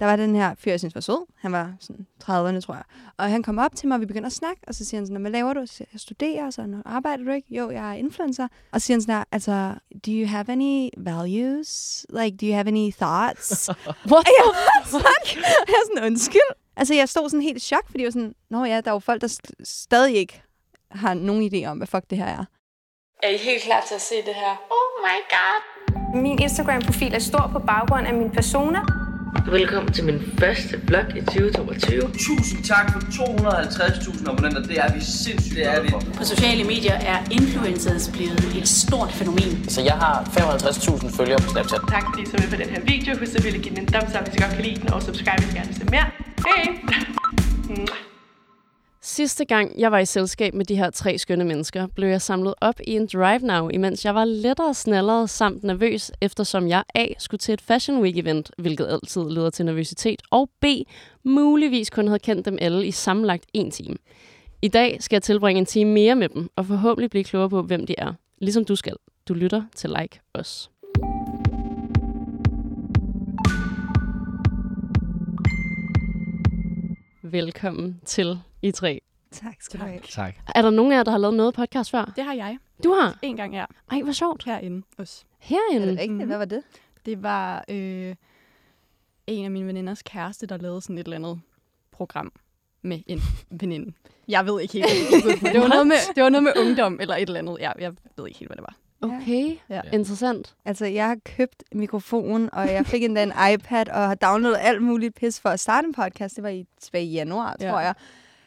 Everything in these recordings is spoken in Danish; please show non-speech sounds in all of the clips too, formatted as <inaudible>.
der var den her fyr, jeg synes var sød. Han var sådan 30'erne, tror jeg. Og han kom op til mig, og vi begynder at snakke, og så siger han sådan, "Nå, hvad laver du? Så siger jeg, jeg studerer, og så arbejder du ikke? Jo, jeg er influencer. Og så siger han sådan her, altså, do you have any values? Like, do you have any thoughts? What? Og jeg var sådan, <laughs> og jeg er sådan, undskyld. Altså, jeg stod sådan helt i chok, fordi jeg var sådan, nå ja, der er jo folk, der st- stadig ikke har nogen idé om, hvad fuck det her er. Er I helt klar til at se det her? Oh my god. Min Instagram-profil er stor på baggrund af min persona. Velkommen til min første vlog i 2022. Tusind tak for 250.000 abonnenter. Det er vi sindssygt det er vi. På sociale medier er influencers blevet et stort fænomen. Så jeg har 55.000 følgere på Snapchat. Tak fordi I så med på den her video. Husk selvfølgelig at give den en thumbs up, hvis I godt kan lide den, og subscribe, hvis I gerne vil se mere. Hej! Sidste gang, jeg var i selskab med de her tre skønne mennesker, blev jeg samlet op i en drive now, imens jeg var lettere snalleret samt nervøs, eftersom jeg A. skulle til et Fashion Week event, hvilket altid leder til nervøsitet, og B. muligvis kun havde kendt dem alle i sammenlagt en time. I dag skal jeg tilbringe en time mere med dem, og forhåbentlig blive klogere på, hvem de er. Ligesom du skal. Du lytter til Like Os. Velkommen til I tre. Tak skal du have. Tak. Er der nogen af jer, der har lavet noget podcast før? Det har jeg. Du har? En gang ja. Ej, hvor sjovt. Herinde også. Er det Herinde. rigtigt? Hvad var det? Det var øh, en af mine veninders kæreste, der lavede sådan et eller andet program med en veninde. Jeg ved ikke helt, <laughs> hvad det gik ud på. det var, noget med, det var noget med <laughs> ungdom eller et eller andet. Ja, jeg ved ikke helt, hvad det var. Okay, Ja. interessant. Altså, jeg har købt mikrofonen, og jeg fik endda en iPad, og har downloadet alt muligt pis for at starte en podcast. Det var i, tilbage i januar, ja. Ja. tror jeg.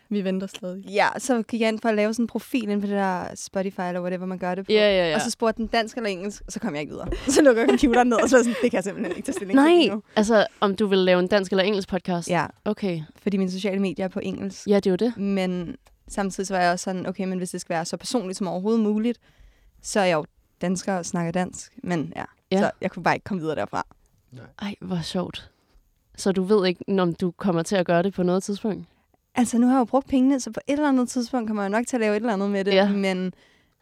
Vi venter stadig. Ja, så gik jeg ind for at lave sådan en profil ind på det der Spotify, eller whatever man gør det på. Ja, ja, ja. Og så spurgte den dansk eller engelsk, og så kom jeg ikke videre. Så lukker jeg computeren ned, og så var jeg sådan, det kan jeg simpelthen ikke tage stilling til lige Nej, nu. altså om du vil lave en dansk eller engelsk podcast. Ja, Okay, fordi mine sociale medier er på engelsk. ja det er jo det. Men samtidig så var jeg også sådan, okay, men hvis det skal være så personligt som overhovedet muligt, så er jeg jo dansker og snakker dansk. Men ja, Ja. ja. så jeg kunne bare ikke komme videre derfra. Ej, hvor sjovt. Så du ved ikke, om du kommer til at gøre det på noget tidspunkt? Altså, nu har jeg jo brugt pengene, så på et eller andet tidspunkt kommer jeg nok til at lave et eller andet med det. Ja. Men,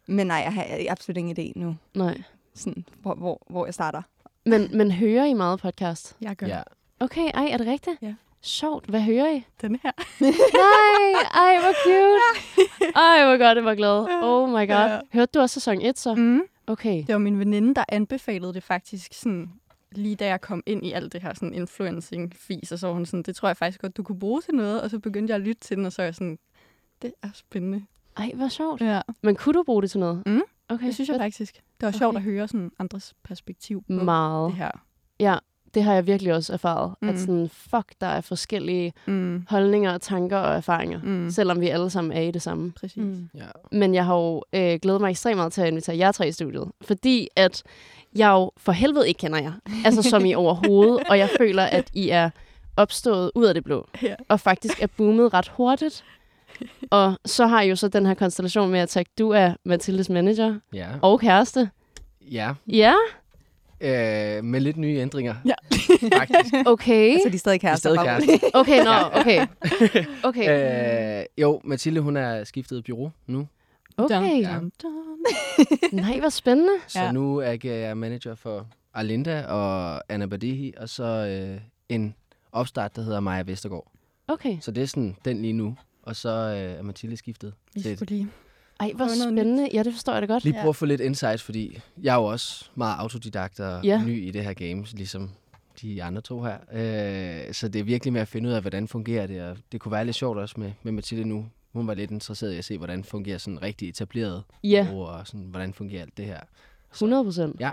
men nej, jeg har absolut ingen idé nu, Nej. sådan, hvor, hvor, hvor jeg starter. Men, men hører I meget podcast? Jeg gør Ja. ja. Okay, ej, er det rigtigt? Ja. Sjovt, hvad hører I? den her. <laughs> Nej, ej, hvor cute. Ej, hvor godt, jeg var glad. Oh my Ja. god. Hørte du også sæson 1 så? Mm. Okay. Det var min veninde, der anbefalede det faktisk sådan lige da jeg kom ind i alt det her sådan influencing fis og så var hun sådan, det tror jeg faktisk godt, du kunne bruge til noget. Og så begyndte jeg at lytte til den, og så er jeg sådan, det er spændende. Ej, hvor sjovt. Ja. Men kunne du bruge det til noget? Mm. Okay. Det synes jeg fedt. faktisk. Det var Okay. okay. sjovt at høre sådan andres perspektiv på Meget. det her. Det har jeg virkelig også erfaret. Mm. At Mm. sådan, fuck, der er forskellige Mm. holdninger, tanker og erfaringer. Mm. Mm. Selvom vi alle sammen er i det samme. Præcis. Mm. Ja. Men jeg har jo øh, glædet mig ekstremt meget til at invitere jer tre i studiet. Fordi at jeg jo for helvede ikke kender jer. Altså som i overhovedet. Og jeg føler, at I er opstået ud af det blå. Ja. Og faktisk er boomet ret hurtigt. Og så har I jo så den her konstellation med, at tak, du er Mathildes manager Ja. og kæreste. ja. Ja, Øh, med lidt nye ændringer. Ja. Faktisk. okay. Altså- Så de er stadig Jeg er kærester. stadig bare rolig. kæreste. Okay, nå, <laughs> okay. Okay, Øh, jo, Mathilde, hun er skiftet bureau nu. okay. Ja. <laughs> Nej, hvor spændende. Så Ja. nu er jeg- jeg er manager for Arlinda og Anna Badihi, og så øh, en opstart, der hedder Maja Vestergaard. Okay. Så det er sådan den lige nu. Og så øh, er Mathilde skiftet. Vi til et- skulle lige. Ej, hvor Prøv noget nyt. spændende. Ja, det forstår jeg da godt. Lige prøve at få lidt insight, fordi jeg er jo også meget autodidakt og Ja. ja. ny i det her game, ligesom de andre to her. Øh, så det er virkelig med at finde ud af, hvordan fungerer det, og det kunne være lidt sjovt også med, med Mathilde nu. Hun var lidt interesseret i at se, hvordan fungerer sådan rigtig etableret Ja. bureau, og sådan, hvordan fungerer alt det her. 100 procent? Ja.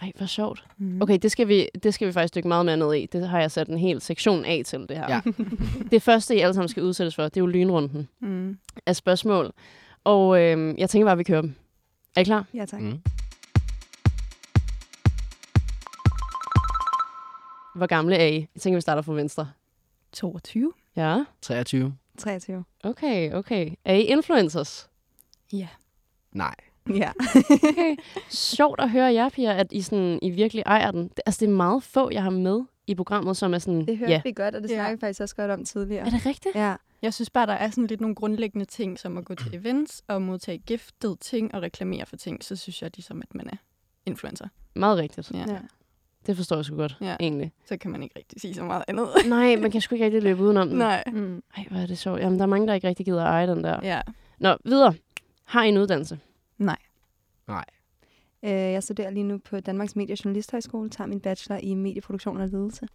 Ej, hvor sjovt. Mm. Okay, det skal, vi, det skal vi faktisk dykke meget mere ned i. Det har jeg sat en hel sektion af til, det her. Ja. <laughs> det første, I alle sammen skal udsættes for, det er jo lynrunden Mm. af spørgsmål. Og øhm, jeg tænker bare, at vi kører dem. Er I klar? Ja, tak. Mm. Hvor gamle er I? Jeg tænker, vi starter fra venstre. 22. Ja, 23? 23. okay, okay. Er I influencers? Ja. Nej. <laughs> Ja. Okay. Sjovt at høre jer, piger, at I, sådan, I virkelig ejer den. Det- Altså, det er meget få, jeg har med i programmet, som er sådan... Det hørte ja. vi godt, og det Ja. snakkede vi faktisk også godt om tidligere. Er det rigtigt? Ja. Jeg synes bare, der er sådan lidt nogle grundlæggende ting, som at gå til events og modtage giftede ting og reklamere for ting. Så synes jeg ligesom, at man er influencer. Meget rigtigt. Ja. ja. Det forstår jeg sgu godt, ja. egentlig. Så kan man ikke rigtig sige så meget <laughs> andet. Nej, man kan sgu ikke rigtig løbe udenom den. Nej. Mm. Ej, hvor er det sjovt. Jamen, der er mange, der ikke rigtig gider at eje den der. Ja. Nå, videre. Har I en uddannelse? Nej. Nej. Øh, jeg studerer lige nu på Danmarks Medie- og Journalisthøjskole, tager min bachelor i medieproduktion og ledelse.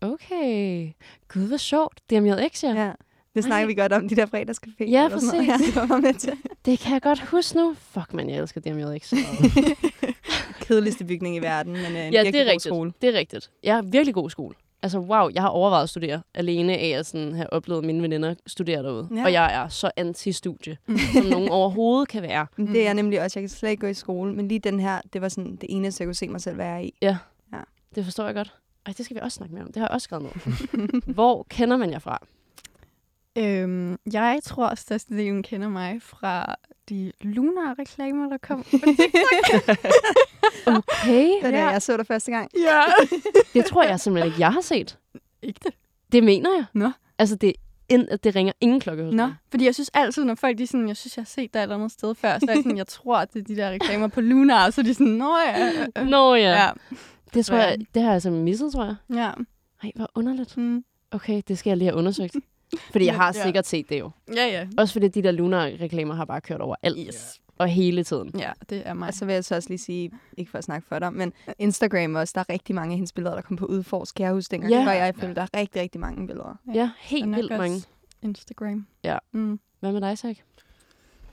Okay. Gud, hvor sjovt. DMJX, ja. ja. Det snakker Ej. vi godt om, de der fredagscafé. Ja, eller sådan noget. præcis. Ja, det var med til. Det kan jeg godt huske nu. Fuck, man, jeg elsker <laughs> DMJX. <laughs> Kedeligste bygning i verden, men øh, en ja, virkelig det er god rigtigt. skole. Det er rigtigt. Jeg er virkelig god skole. Altså, wow, jeg har overvejet at studere alene af at sådan have oplevet mine veninder studere derude. Ja. Ja. Og jeg er så anti-studie, som <laughs> <laughs> nogen overhovedet kan være. Men Det er jeg nemlig også. Jeg kan slet ikke gå i skole, men lige den her, det var sådan det eneste, jeg kunne se mig selv være i. Ja. Ja. Det forstår jeg godt. Ej, det skal vi også snakke mere om. Det har jeg også skrevet <laughs> ned. Hvor kender man jer fra? Øhm, jeg tror, at størstedelen kender mig fra de Lunar-reklamer, der kom <laughs> på TikTok. Okay. <laughs> Det var da Ja. jeg så dig første gang. ja. <laughs> Det tror jeg simpelthen ikke, jeg har set. Ikke det? Det mener jeg. Nå. Altså, det, ind, det ringer ingen klokke hos Nå, mig. fordi jeg synes altid, når folk de er sådan, jeg synes, jeg har set dig et eller andet sted før, så er jeg sådan, jeg tror, at det er de der reklamer på Lunar, så er de sådan, nå ja. øh, øh." Nå ja. Ja. Det, tror jeg, det har jeg simpelthen misset, tror jeg. ja. Ej, hvor underligt. Mm. Okay, det skal jeg lige have undersøgt. Fordi jeg har Ja. sikkert set det jo. Ja, ja. Også fordi de der Lunar-reklamer har bare kørt over alt. Yes. Og hele tiden. Ja, det er mig. Og så vil jeg så også lige sige, ikke for at snakke for dig, men Instagram også, der er rigtig mange af hendes billeder, der kom på udforsk. Kan jeg huske dengang, Ja. det var jeg i film, der er rigtig, rigtig mange billeder. Ja, Ja. ja Og helt nok vildt også mange. Instagram. Ja. Mm. Hvad med dig, Zach?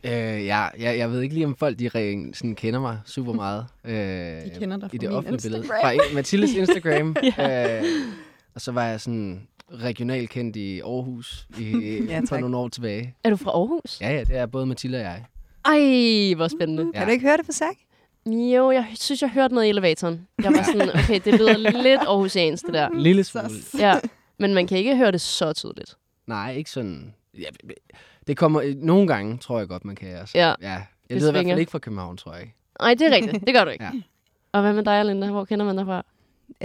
Øh, ja, jeg, jeg ved ikke lige, om folk de re- sådan, kender mig super meget. <laughs> Øh, De kender dig fra i det min offentlige billede. Instagram. Fra en- <laughs> Mathildes Instagram. ja. øh, og så var jeg sådan regional kendt i Aarhus <laughs> i, Ja, ja, for tak. nogle år tilbage. Er du fra Aarhus? Ja, ja, det er både Mathilde og jeg. Ej, hvor spændende. Kan du ikke høre det fra Zach? Mm-hmm. Jo, jeg synes, jeg hørte noget i elevatoren. Jeg var sådan, okay, det lyder lidt aarhusiansk, det der. En lille smule. Ja, men man kan ikke høre det så tydeligt. Nej, ikke sådan. Ja, det kommer øh, nogle gange, tror jeg godt, man kan. Altså. Ja. ja. Jeg Det lyder i hvert svinger. fald ikke fra København, tror <laughs> jeg. Nej, det er rigtigt. Det gør du ikke. Ja. Og hvad med dig, Linda? Hvor kender man dig fra?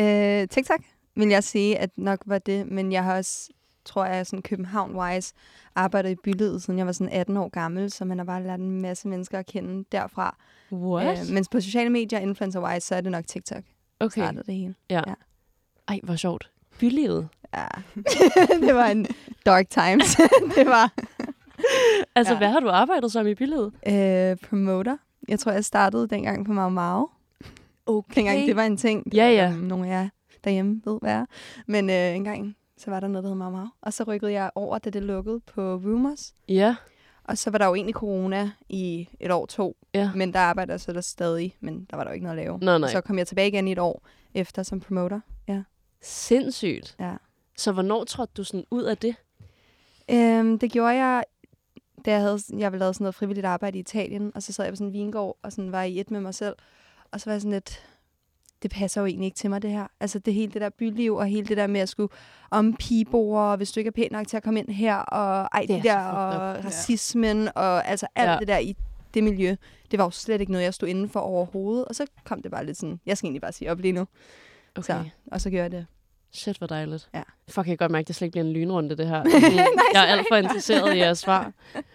Øh, TikTok vil jeg sige, at nok var det, men jeg har også, tror jeg, sådan København-wise arbejdet i bylivet, siden jeg var sådan 18 år gammel, så man har bare lært en masse mennesker at kende derfra. Øh, What? mens på sociale medier, influencer-wise, så er det nok TikTok, okay. Øhm, Okay. startede det hele. Ej, hvor sjovt. Bylivet. Ja. <laughs> det var en dark times. <laughs> det var Altså, Ja. hvad har du arbejdet som i bylivet? øh, promoter. Jeg tror, jeg startede dengang på Mau Mau. Okay. Dengang det var en ting. Det Ja, ved ja. jeg, om Nogle af jer derhjemme ved, hvad jeg er. Men øh, engang, så var der noget, der hed Mau Mau. Og så rykkede jeg over, da det lukkede på Rumors. Ja. Og så var der jo egentlig corona i et år to. Ja. Men der arbejder jeg så der stadig, men der var der jo ikke noget at lave. Nå, nej. Så kom jeg tilbage igen i et år efter som promoter. Sindssygt. Ja. Så hvornår trådte du sådan ud af det? Øhm, det gjorde jeg, da jeg havde jeg lavede sådan noget frivilligt arbejde i Italien, og så sad jeg på sådan en vingård, og sådan var i et med mig selv. Og så var jeg sådan lidt, det passer jo egentlig ikke til mig, det her. Altså det hele det der byliv, og hele det der med at skulle om pigeboer, og hvis du ikke er pæn nok til at komme ind her, og ej, Det det er der, så fucked og racismen, og altså alt Ja. ja. det der i det miljø, det var jo slet ikke noget, jeg stod inden for overhovedet. Og så kom det bare lidt sådan, jeg skal egentlig bare sige op lige nu. Okay. Så, og så gjorde jeg det. Shit, hvor dejligt. Ja. Fuck, jeg kan godt mærke, at det slet ikke bliver en lynrunde, det her. Sådan, jeg er alt for interesseret i jeres svar.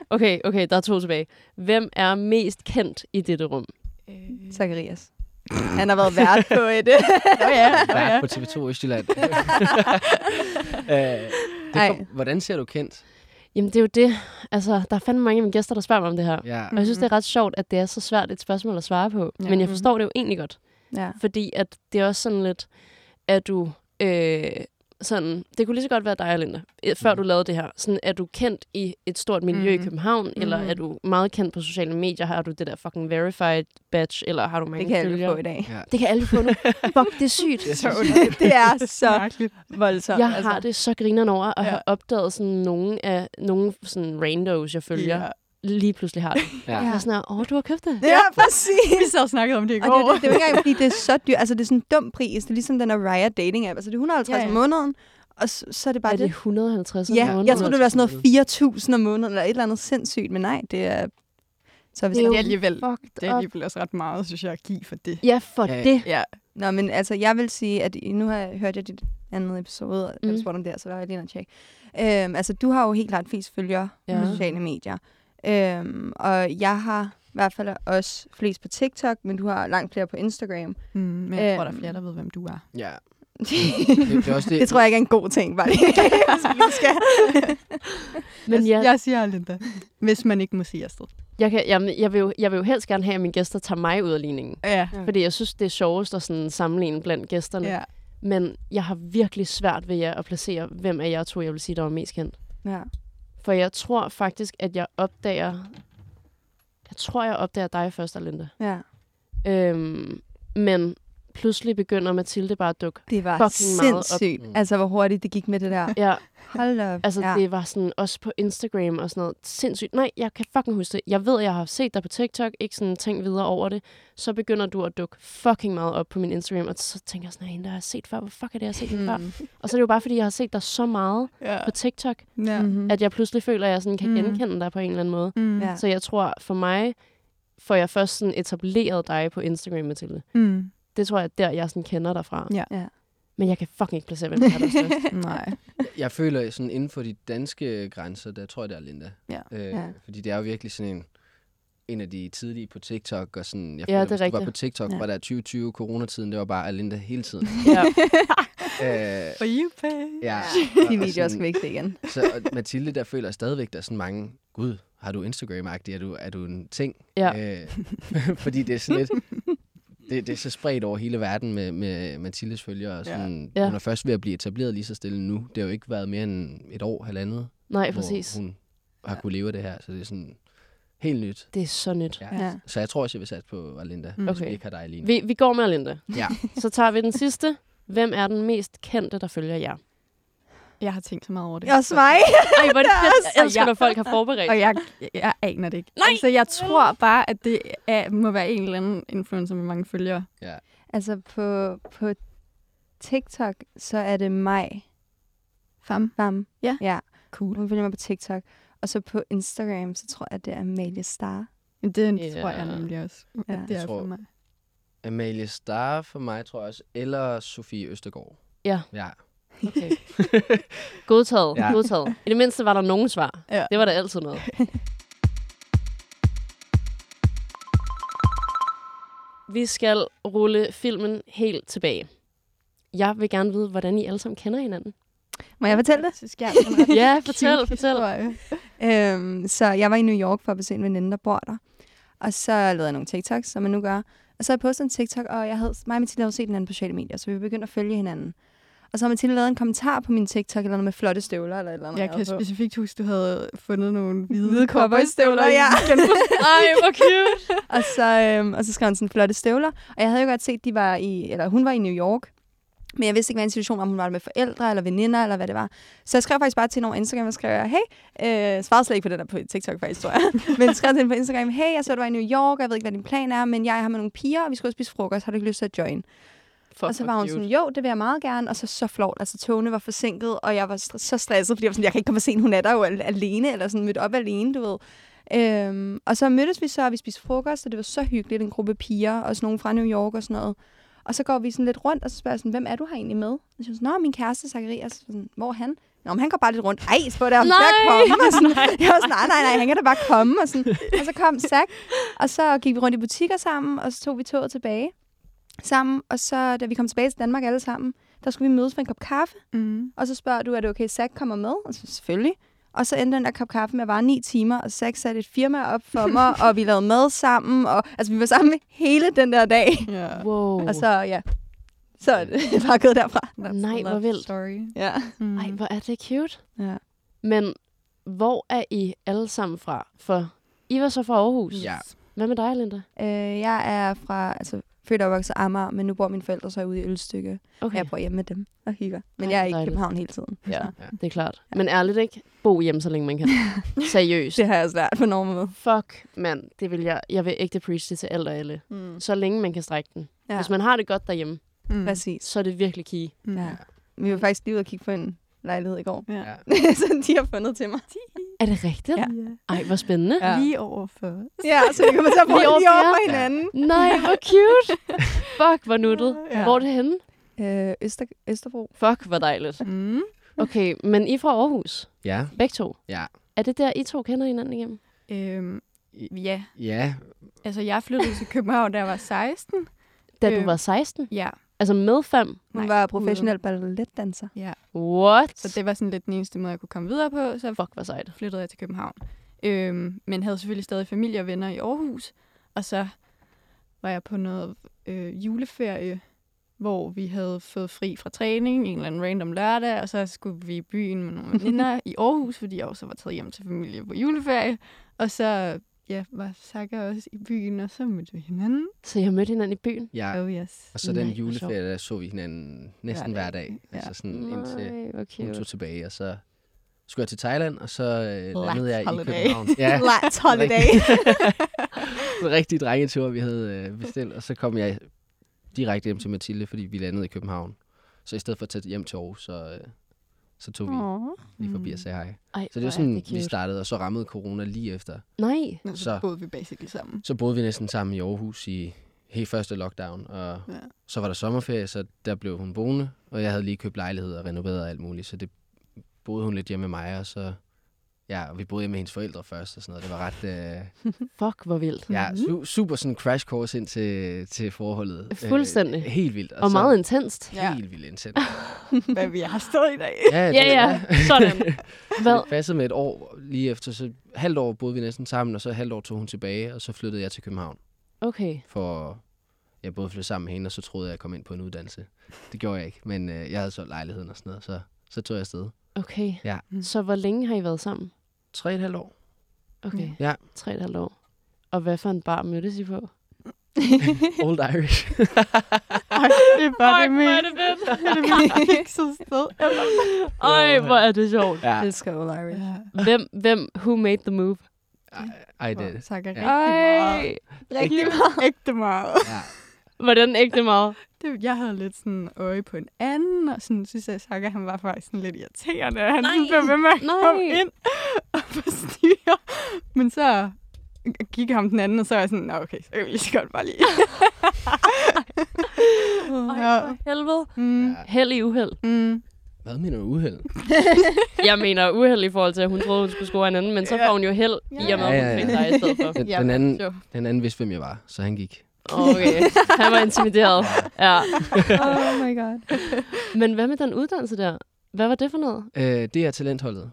Okay, okay, der er to tilbage. Hvem er mest kendt i dette rum? Øh. Zacharias. Han har været vært på et... Nå ja, Jeg er på TV2 <laughs> Østjylland. <laughs> øh, det Ej. kom, hvordan ser du kendt? Jamen, det er jo det. Altså, der er fandme mange af mine gæster, der spørger mig om det her. Ja. Og jeg Mm. synes, det er ret sjovt, at det er så svært et spørgsmål at svare på. Ja. Men jeg forstår det jo egentlig godt. Mm-hmm. ja. Fordi at det er også sådan lidt, at du... Øh, sådan, det kunne lige så godt være dig, Linda, øh, Mm. før du lavede det her. Sådan, er du kendt i et stort miljø i København, eller Mm. er du meget kendt på sociale medier? Har du det der fucking verified badge, eller har du mange Det kan jeg følgere? jo få i dag. Det kan alle <laughs> <laughs> få nu. Fuck, det er sygt. Jeg synes, det er så altså. voldsomt. Jeg har det så grineren over at have opdaget sådan nogle af nogle sådan randos, jeg følger, Ja. lige pludselig har det. Ja. Jeg er sådan her, åh, du har købt det. Ja, præcis. Vi sad og snakkede om det i Og det, er går. jo det, det er jo ikke engang, fordi det er så dyrt. Altså, det er sådan en dum pris. Det er ligesom den her Riot dating app. Altså, det er 150 Ja, ja, ja. om måneden, og så, så er det bare Er det det. 150 om Ja, måneden? jeg tror det var sådan noget 4.000 om måneden, eller et eller andet sindssygt. Men nej, det er... Så hvis Det Det er det er alligevel, Fucked det er up. alligevel også ret meget, synes jeg, at give for det. Ja, for Ja, det. Ja. Nå, men altså, jeg vil sige, at nu har jeg hørt jeg dit andet episode, og Mm. mm. spurgte om det, her, så der var jeg lige nødt til at tjekke. Øhm, altså, du har jo helt klart flest følgere Ja. ja. på sociale medier. Øhm, og jeg har hvert fald er os flest på TikTok, men du har langt flere på Instagram. Mm, men jeg tror, der er Øhm. flere, der ved, hvem du er. Ja. Det, <laughs> det, er også det, Det tror jeg ikke er en god ting, bare lige. <laughs> Hvis vi lige skal. Men ja, Jeg, jeg siger aldrig det, hvis man ikke må sige afsted. jeg, kan, jamen, jeg, vil jo, jeg vil jo helst gerne have, at mine gæster tager mig ud af ligningen. Ja. Ja. Fordi jeg synes, det er sjovest at sådan sammenligne blandt gæsterne. ja. Men jeg har virkelig svært ved jer at placere, hvem af jer to, jeg vil sige, der var mest kendt. Ja. For jeg tror faktisk, at jeg opdager... Jeg tror, jeg opdager dig først, Alinda. ja. Øhm, men pludselig begynder Mathilde bare at dukke. Det var Fucking meget op. sindssygt. Altså, hvor hurtigt det gik med det der. Ja, Hold da op. altså ja. ja. det var sådan også på Instagram og sådan noget. Sindssygt. Nej, jeg kan fucking huske det. Jeg ved, at jeg har set dig på TikTok, ikke sådan tænkt videre over det. Så begynder du at dukke fucking meget op på min Instagram, og så tænker jeg sådan, hende der har jeg set før. Hvor fuck er det, jeg har set hende før? Hmm. Mm. Og så er det jo bare, fordi jeg har set dig så meget Ja. på TikTok, ja. Mm-hmm. at jeg pludselig føler, at jeg sådan kan Mm. genkende dig på en eller anden måde. Mm. Ja. Mhm. Så jeg tror, for mig får jeg først sådan etableret dig på Instagram, Mathilde. Mm. Det tror jeg er der, jeg sådan kender dig fra. Ja. Ja. Men jeg kan fucking ikke placere, hvem der <laughs> er der er størst. Nej. Jeg føler sådan inden for de danske grænser, der tror jeg, det er Linda. Ja. Øh, Ja. Fordi det er jo virkelig sådan en, en af de tidlige på TikTok. Og sådan, jeg Ja, føler, det hvis er du var rigtigt. på TikTok, Ja. ja. var der 2020, coronatiden, det var bare Linda hele tiden. ja. <laughs> øh, For you pay. ja. De og videoer skal sådan- vi ikke se igen. Så og Mathilde, der føler jeg stadigvæk, der er sådan mange, gud, har du Instagram-agtig? Er du, er du en ting? Ja. Øh, <laughs> fordi det er sådan lidt, det, det er så spredt over hele verden med, med Mathildes følgere. Og sådan, Ja. ja. Hun er først ved at blive etableret lige så stille nu. Det har jo ikke været mere end et år, halvandet, Nej, præcis. hvor hun har kunne leve af det her. Så det er sådan helt nyt. Det er så nyt. Ja. Ja. Så jeg tror også, jeg vil satse på Alinda, Mm-hmm. hvis Okay. vi ikke har dig lige nu. Vi, vi går med Alinda. Ja. Så tager vi den sidste. Hvem er den mest kendte, der følger jer? Jeg har tænkt så meget over det. Jeg også mig. Ej, hvor er det altså. fedt. Jeg elsker, Ja. når folk har forberedt. Og jeg, jeg aner det ikke. Nej. Altså, jeg tror bare, at det er, må være en eller anden influencer med mange følgere. Altså, på, på TikTok, så er det mig. Fam. Bam. Ja. ja. Cool. Hun følger mig på TikTok. Og så på Instagram, så tror jeg, at det er Amalie Star. Det yeah. Ja. tror jeg nemlig også, at Ja. det er Jeg tror- for mig. Amalie Star for mig, tror jeg også. Eller Sofie Østergaard. Ja. Ja. Okay. Godtaget, ja. Ja. godtaget. I det mindste var der nogen svar. Ja. Det var der altid noget. Vi skal rulle filmen helt tilbage. Jeg vil gerne vide, hvordan I alle sammen kender hinanden. Må jeg fortælle det? Så skal jeg <laughs> en ret Ja, cute fortæl, fortæl. historie. Øhm, så jeg var i New York for at besøge en veninde, der bor der. Og så lavede jeg nogle TikToks, som man nu gør. Og så havde jeg postet en TikTok, og jeg havde, mig og Mathilde havde jo set hinanden på sociale medier, så vi begyndte at følge hinanden. Og så har Mathilde lavet en kommentar på min TikTok, eller noget med flotte støvler, eller et eller andet. Jeg kan havde på. specifikt huske, du havde fundet nogle hvide, Hvide cowboystøvler, ja. <laughs> Ej, hvor cute. og, så, øhm, og så skrev hun sådan flotte støvler. Og jeg havde jo godt set, de var i, eller hun var i New York. Men jeg vidste ikke, hvad en situation om hun var der med forældre, eller veninder, eller hvad det var. Så jeg skrev faktisk bare til hende over Instagram, og skrev jeg, hey, øh, svarede slet ikke på den der på TikTok faktisk, tror jeg. <laughs> men skrev til hende på Instagram, hey, jeg så, du var i New York, og jeg ved ikke, hvad din plan er, men jeg har med nogle piger, og vi skal ud og spise frokost, har du ikke lyst til at join? Fuck, og så hvor var hun cute. sådan, jo, det vil jeg meget gerne. Og så så flot. Altså, togene var forsinket, og jeg var str- så stresset, fordi jeg var sådan, jeg kan ikke komme for sent. Hun er der jo al- alene, eller sådan mødt op alene, du ved. Øhm, og så mødtes vi så, og vi spiste frokost, og det var så hyggeligt. En gruppe piger, og sådan nogle fra New York og sådan noget. Og så går vi sådan lidt rundt, og så spørger jeg sådan, hvem er du her egentlig med? Og så siger hun sådan, nå, min kæreste Zacharias. Og Sådan, hvor er han? Nå, men han går bare lidt rundt. Ej, spørg der, om Nej! der komme. Og sådan, jeg var sådan, nej, nej, nej, han kan da bare komme. Og, sådan. og så kom Zach, og så gik vi rundt i butikker sammen, og så tog vi toget tilbage sammen. Og så, da vi kom tilbage til Danmark alle sammen, der skulle vi mødes for en kop kaffe. Mm. Og så spørger du, er det okay, Zach kommer med? Og så, selvfølgelig. Og så endte den der kop kaffe med at vare ni timer, og Zach satte et firma op <laughs> for mig, og vi lavede mad sammen. Og, altså, vi var sammen hele den der dag. Ja. Wow. Altså, Og så, ja, så er det <laughs> bare gået derfra. That's Nej, a hvor love vildt. Story. Ja. Mm. Ej, hvor er det cute. Ja. Men hvor er I alle sammen fra? For I var så fra Aarhus. Ja. Hvad med dig, Linda? Øh, jeg er fra, altså, født og opvokset i Amager, men nu bor mine forældre så ude i Ølstykke. Okay. Okay, Jeg bor hjemme med dem og hygger. Men Ej, jeg er ikke i dejligt. København hele tiden. <laughs> Ja. så det er klart. Men ærligt ikke, bo hjemme, så længe man kan. Seriøst. Det har jeg svært for normer med. Fuck, mand. Det vil jeg, jeg vil ægte preach det til alt og alle. Mm. Så længe man kan strække den. Ja. Ja. Hvis man har det godt derhjemme, Mm. Præcis. så er det virkelig key. Mm. Ja. Vi var faktisk lige ude og kigge på en lejlighed i går. Ja. <laughs> så de har fundet til mig. Er det rigtigt? Ja. Ej, hvor spændende. Ja. Lige over for. Ja, så vi kommer <laughs> til at bruge Lige over lige over for for hinanden. Nej, hvor cute. Fuck, hvor nuttet. Ja. Hvor er det henne? Øh, Øster, Østerbro. Fuck, hvor <laughs> dejligt. Mm. Okay, men I er fra Aarhus. Ja. Begge to. Ja. Er det der, I to kender hinanden igennem? Øhm, Ja. Ja. Altså, jeg flyttede til København, da jeg var 16. Da du Øh, var 16? Ja. Altså med fem? Nej, Hun var uden. professionel balletdanser. Ja. What? Så det var sådan lidt den eneste måde, jeg kunne komme videre på, så Fuck, hvor sejt. flyttede jeg til København. Øhm, men havde selvfølgelig stadig familie og venner i Aarhus. Og så var jeg på noget øh, juleferie, hvor vi havde fået fri fra træning en eller anden random lørdag, og så skulle vi i byen med nogle <laughs> veninder i Aarhus, fordi jeg også var taget hjem til familie på juleferie. Og så ja, var Saka også i byen, og så mødte vi hinanden. Så jeg mødte hinanden i byen? ja. Oh yes. Og så den Nej, hvor juleferie, der så vi hinanden næsten Hver hver dag. dag. Ja. Altså sådan indtil Nej, hvor hun tog cute. tilbage, og så skulle jeg til Thailand, og så øh, landede jeg i holiday. <laughs> København. Ja, Lights <laughs> en rigtig drengetur, vi havde øh, bestilt, og så kom jeg direkte hjem til Mathilde, fordi vi landede i København. Så i stedet for at tage hjem til Aarhus, så, øh, så tog vi lige forbi og sagde hej. Ej, Så det hvor var er sådan, det vi cute. startede, og så rammede corona lige efter. Nej, Men <laughs> Så, Så- så boede vi basically sammen. Så boede vi næsten sammen i Aarhus i helt første lockdown, og Ja. <laughs> ja. så var der sommerferie, så der blev hun boende, og jeg havde lige købt lejlighed og renoveret og alt muligt, så det boede hun lidt hjemme med mig, og så ja, og vi boede hjemme med hendes forældre først og sådan noget. Det var ret øh, fuck, hvor vildt. ja, su- super sådan crash course ind til, til forholdet. Øh, Fuldstændig. helt vildt. Og så- meget intenst. Ja. Helt vildt intens. Hvad vi har stået i dag. Ja, Ja, ja, <laughs> sådan. Hvad? Det passede med et år lige efter, så halvt år boede vi næsten sammen, og så halvt år tog hun tilbage, og så flyttede jeg til København Okay. for jeg både flyttede sammen med hende, og så troede jeg, at jeg kom ind på en uddannelse. Det gjorde jeg ikke, men øh, jeg havde solgt lejligheden og sådan noget, så, så tog jeg afsted. Okay. Ja. Mm. Så hvor længe har I været sammen? Tre og et halvt år. Okay. Mm. Ja. Tre og et halvt år. Og hvad for en bar mødtes <laughs> I på? Old Irish. Ej, det er bare det mest. det fedt. så sted. Ej, hvor er det sjovt. ja. Elsker Old Irish. Hvem, hvem, who made the move? Ej, det. Sakker Ja. rigtig meget. Rigtig Ægte meget. Ja. Hvordan ægte meget? Det, jeg havde lidt sådan øje på en anden, og sådan synes jeg, Sakker, han var faktisk sådan lidt irriterende. og Han Nej. sådan blev ved med at komme Nej. ind og forstyrre. Men så gik ham den anden, og så var jeg sådan, Nå, okay, så kan vi lige så godt bare lige. ja. Helvede. Mm, Held i uheld. mm. Hvad mener du uheld? Jeg mener uheld i forhold til, at hun troede, hun skulle score en anden, men så får hun jo held i og med, at Ja, hun ja, fik ja. dig <laughs> i stedet for. Den, Ja, den, anden, jo. den anden vidste, hvem jeg var, så han gik. Okay, han var intimideret. Ja. Oh my god. Men hvad med den uddannelse der? Hvad var det for noget? Øh, det er talentholdet.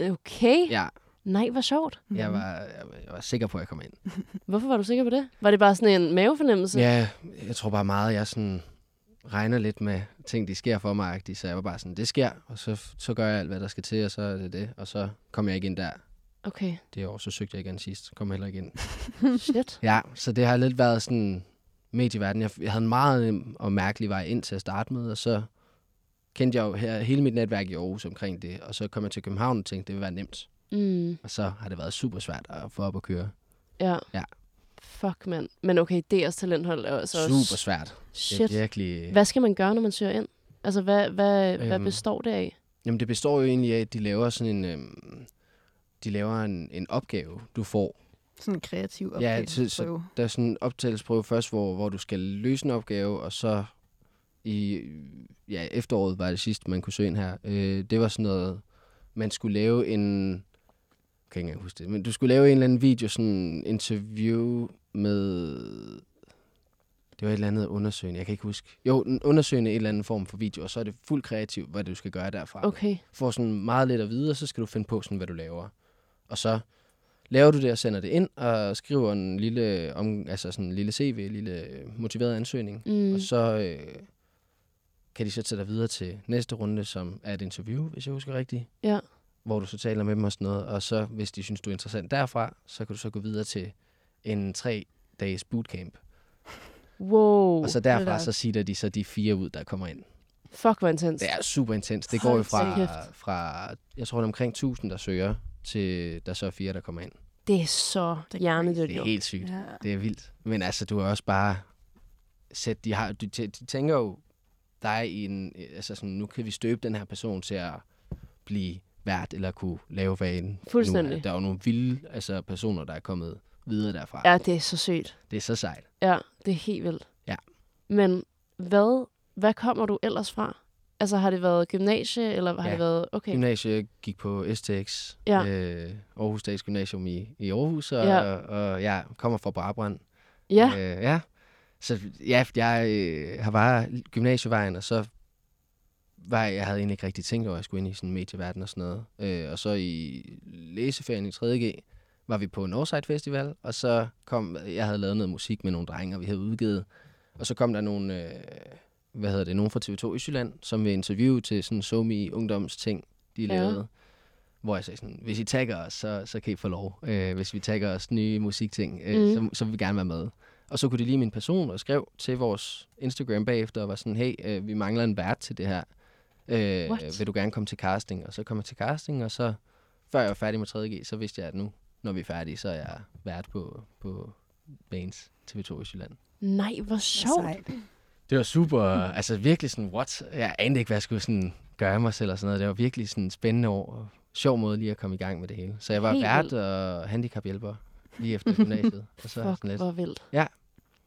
Okay. Ja, Nej, hvor sjovt. jeg var, jeg, var- jeg var sikker på, at jeg kom ind. Hvorfor var du sikker på det? Var det bare sådan en mavefornemmelse? Ja, jeg tror bare meget, jeg sådan regner lidt med ting, de sker for mig, så jeg var bare sådan, det sker, og så, så gør jeg alt, hvad der skal til, og så er det det, og så kom jeg ikke ind der Okay, det år, så søgte jeg igen sidst, kom heller ikke ind. shit. Ja, så det har lidt været sådan medieverden. Jeg, jeg havde en meget nem og mærkelig vej ind til at starte med, og så kendte jeg jo her, hele mit netværk i Aarhus omkring det, og så kom jeg til København og tænkte, det vil være nemt. Mm, Og så har det været super svært at få op at køre. ja. Ja. Fuck, mand. Men okay, deres talenthold er også... Super svært. Det er Shit. virkelig... Hvad skal man gøre, når man søger ind? Altså, hvad, hvad, øhm. hvad Øhm. består det af? Jamen, det består jo egentlig af, at de laver sådan en... Øhm, de laver en, en opgave, du får, Sådan en kreativ Ja, opgave. så- så- prøve. Der er sådan en optagelsesprøve først, hvor, hvor du skal løse en opgave, og så i ja, efteråret var det sidst, man kunne søge ind her. Øh, det var sådan noget, man skulle lave en... Jeg kan ikke engang huske det, men du skulle lave en eller anden video, sådan en interview med... Det var et eller andet undersøgende, jeg kan ikke huske. Jo, en undersøgende en eller anden form for video, og så er det fuldt kreativt, hvad du skal gøre derfra Okay. får sådan meget lidt at vide, og så skal du finde på, sådan, hvad du laver. Og så laver du det og sender det ind, og skriver en lille, om, altså sådan en lille CV, en lille øh, motiveret ansøgning. Mm. Mm. Og så øh, kan de så tage dig videre til næste runde, som er et interview, hvis jeg husker rigtigt. Ja. Hvor du så taler med dem og sådan noget. Og så, hvis de synes, du er interessant derfra, så kan du så gå videre til en tre dages bootcamp. Wow. Og så derfra, så sitter de så de fire ud, der kommer ind. Fuck, hvor intenst. Det er super intens. Det går jo Hold da fra, kæft. fra, jeg tror, det er omkring 1000, der søger, til der så er fire, der kommer ind. Det er så hjernedødt, Det er jo. helt sygt. Ja. Det er vildt. Men altså, du er også bare... Sæt, de, har, de, tæ- de tænker jo dig i en... Altså sådan, nu kan vi støbe den her person til at blive vært, eller kunne lave vanen. Nu, Fuldstændig. er- der er jo nogle vilde altså, personer, der er kommet videre derfra. Ja, det er så sygt. Det er så sejt. Ja, det er helt vildt. Ja. Men hvad, hvad kommer du ellers fra? Altså har det været gymnasie, eller har ja. det været... Okay. Gymnasie jeg gik på STX, Ja. øh, Aarhus Dags Gymnasium i, i Aarhus, og, Ja. ja. og, og jeg kommer fra Brabrand. Ja. Øh, ja. Så ja, jeg øh, har bare gymnasievejen, og så var jeg, jeg havde egentlig ikke rigtig tænkt over, at jeg skulle ind i sådan en medieverden og sådan noget. Øh, og så i læseferien i 3.G var vi på Northside Festival, og så kom, jeg havde lavet noget musik med nogle drenge, og vi havde udgivet. Og så kom der nogle, øh, hvad hedder det, nogen fra TV2 Østjylland, som ville interviewe til sådan somi ungdomsting, de Ja. ja. lavede. Hvor jeg sagde sådan, hvis I tagger os, så, så kan I få lov. Øh, hvis vi tagger os nye musikting, øh, Mm. mm. så, så vil vi gerne være med. Og så kunne de lide min person og skrev til vores Instagram bagefter og var sådan, hey, øh, vi mangler en vært til det her. Øh, What? vil du gerne komme til casting? Og så kom jeg til casting, og så før jeg var færdig med 3.G, så vidste jeg, at nu, når vi er færdige, så er jeg vært på, på Banes TV2 Østjylland. Nej, hvor sjovt. sejt. Det var super, <laughs> altså virkelig sådan, what? Jeg anede ikke, hvad jeg skulle sådan gøre af mig selv og sådan noget. Det var virkelig sådan et spændende år og sjov måde lige at komme i gang med det hele. Så jeg var Helt vært vildt. og handicaphjælper lige efter gymnasiet. og så Fuck, sådan lidt. hvor vildt. Ja,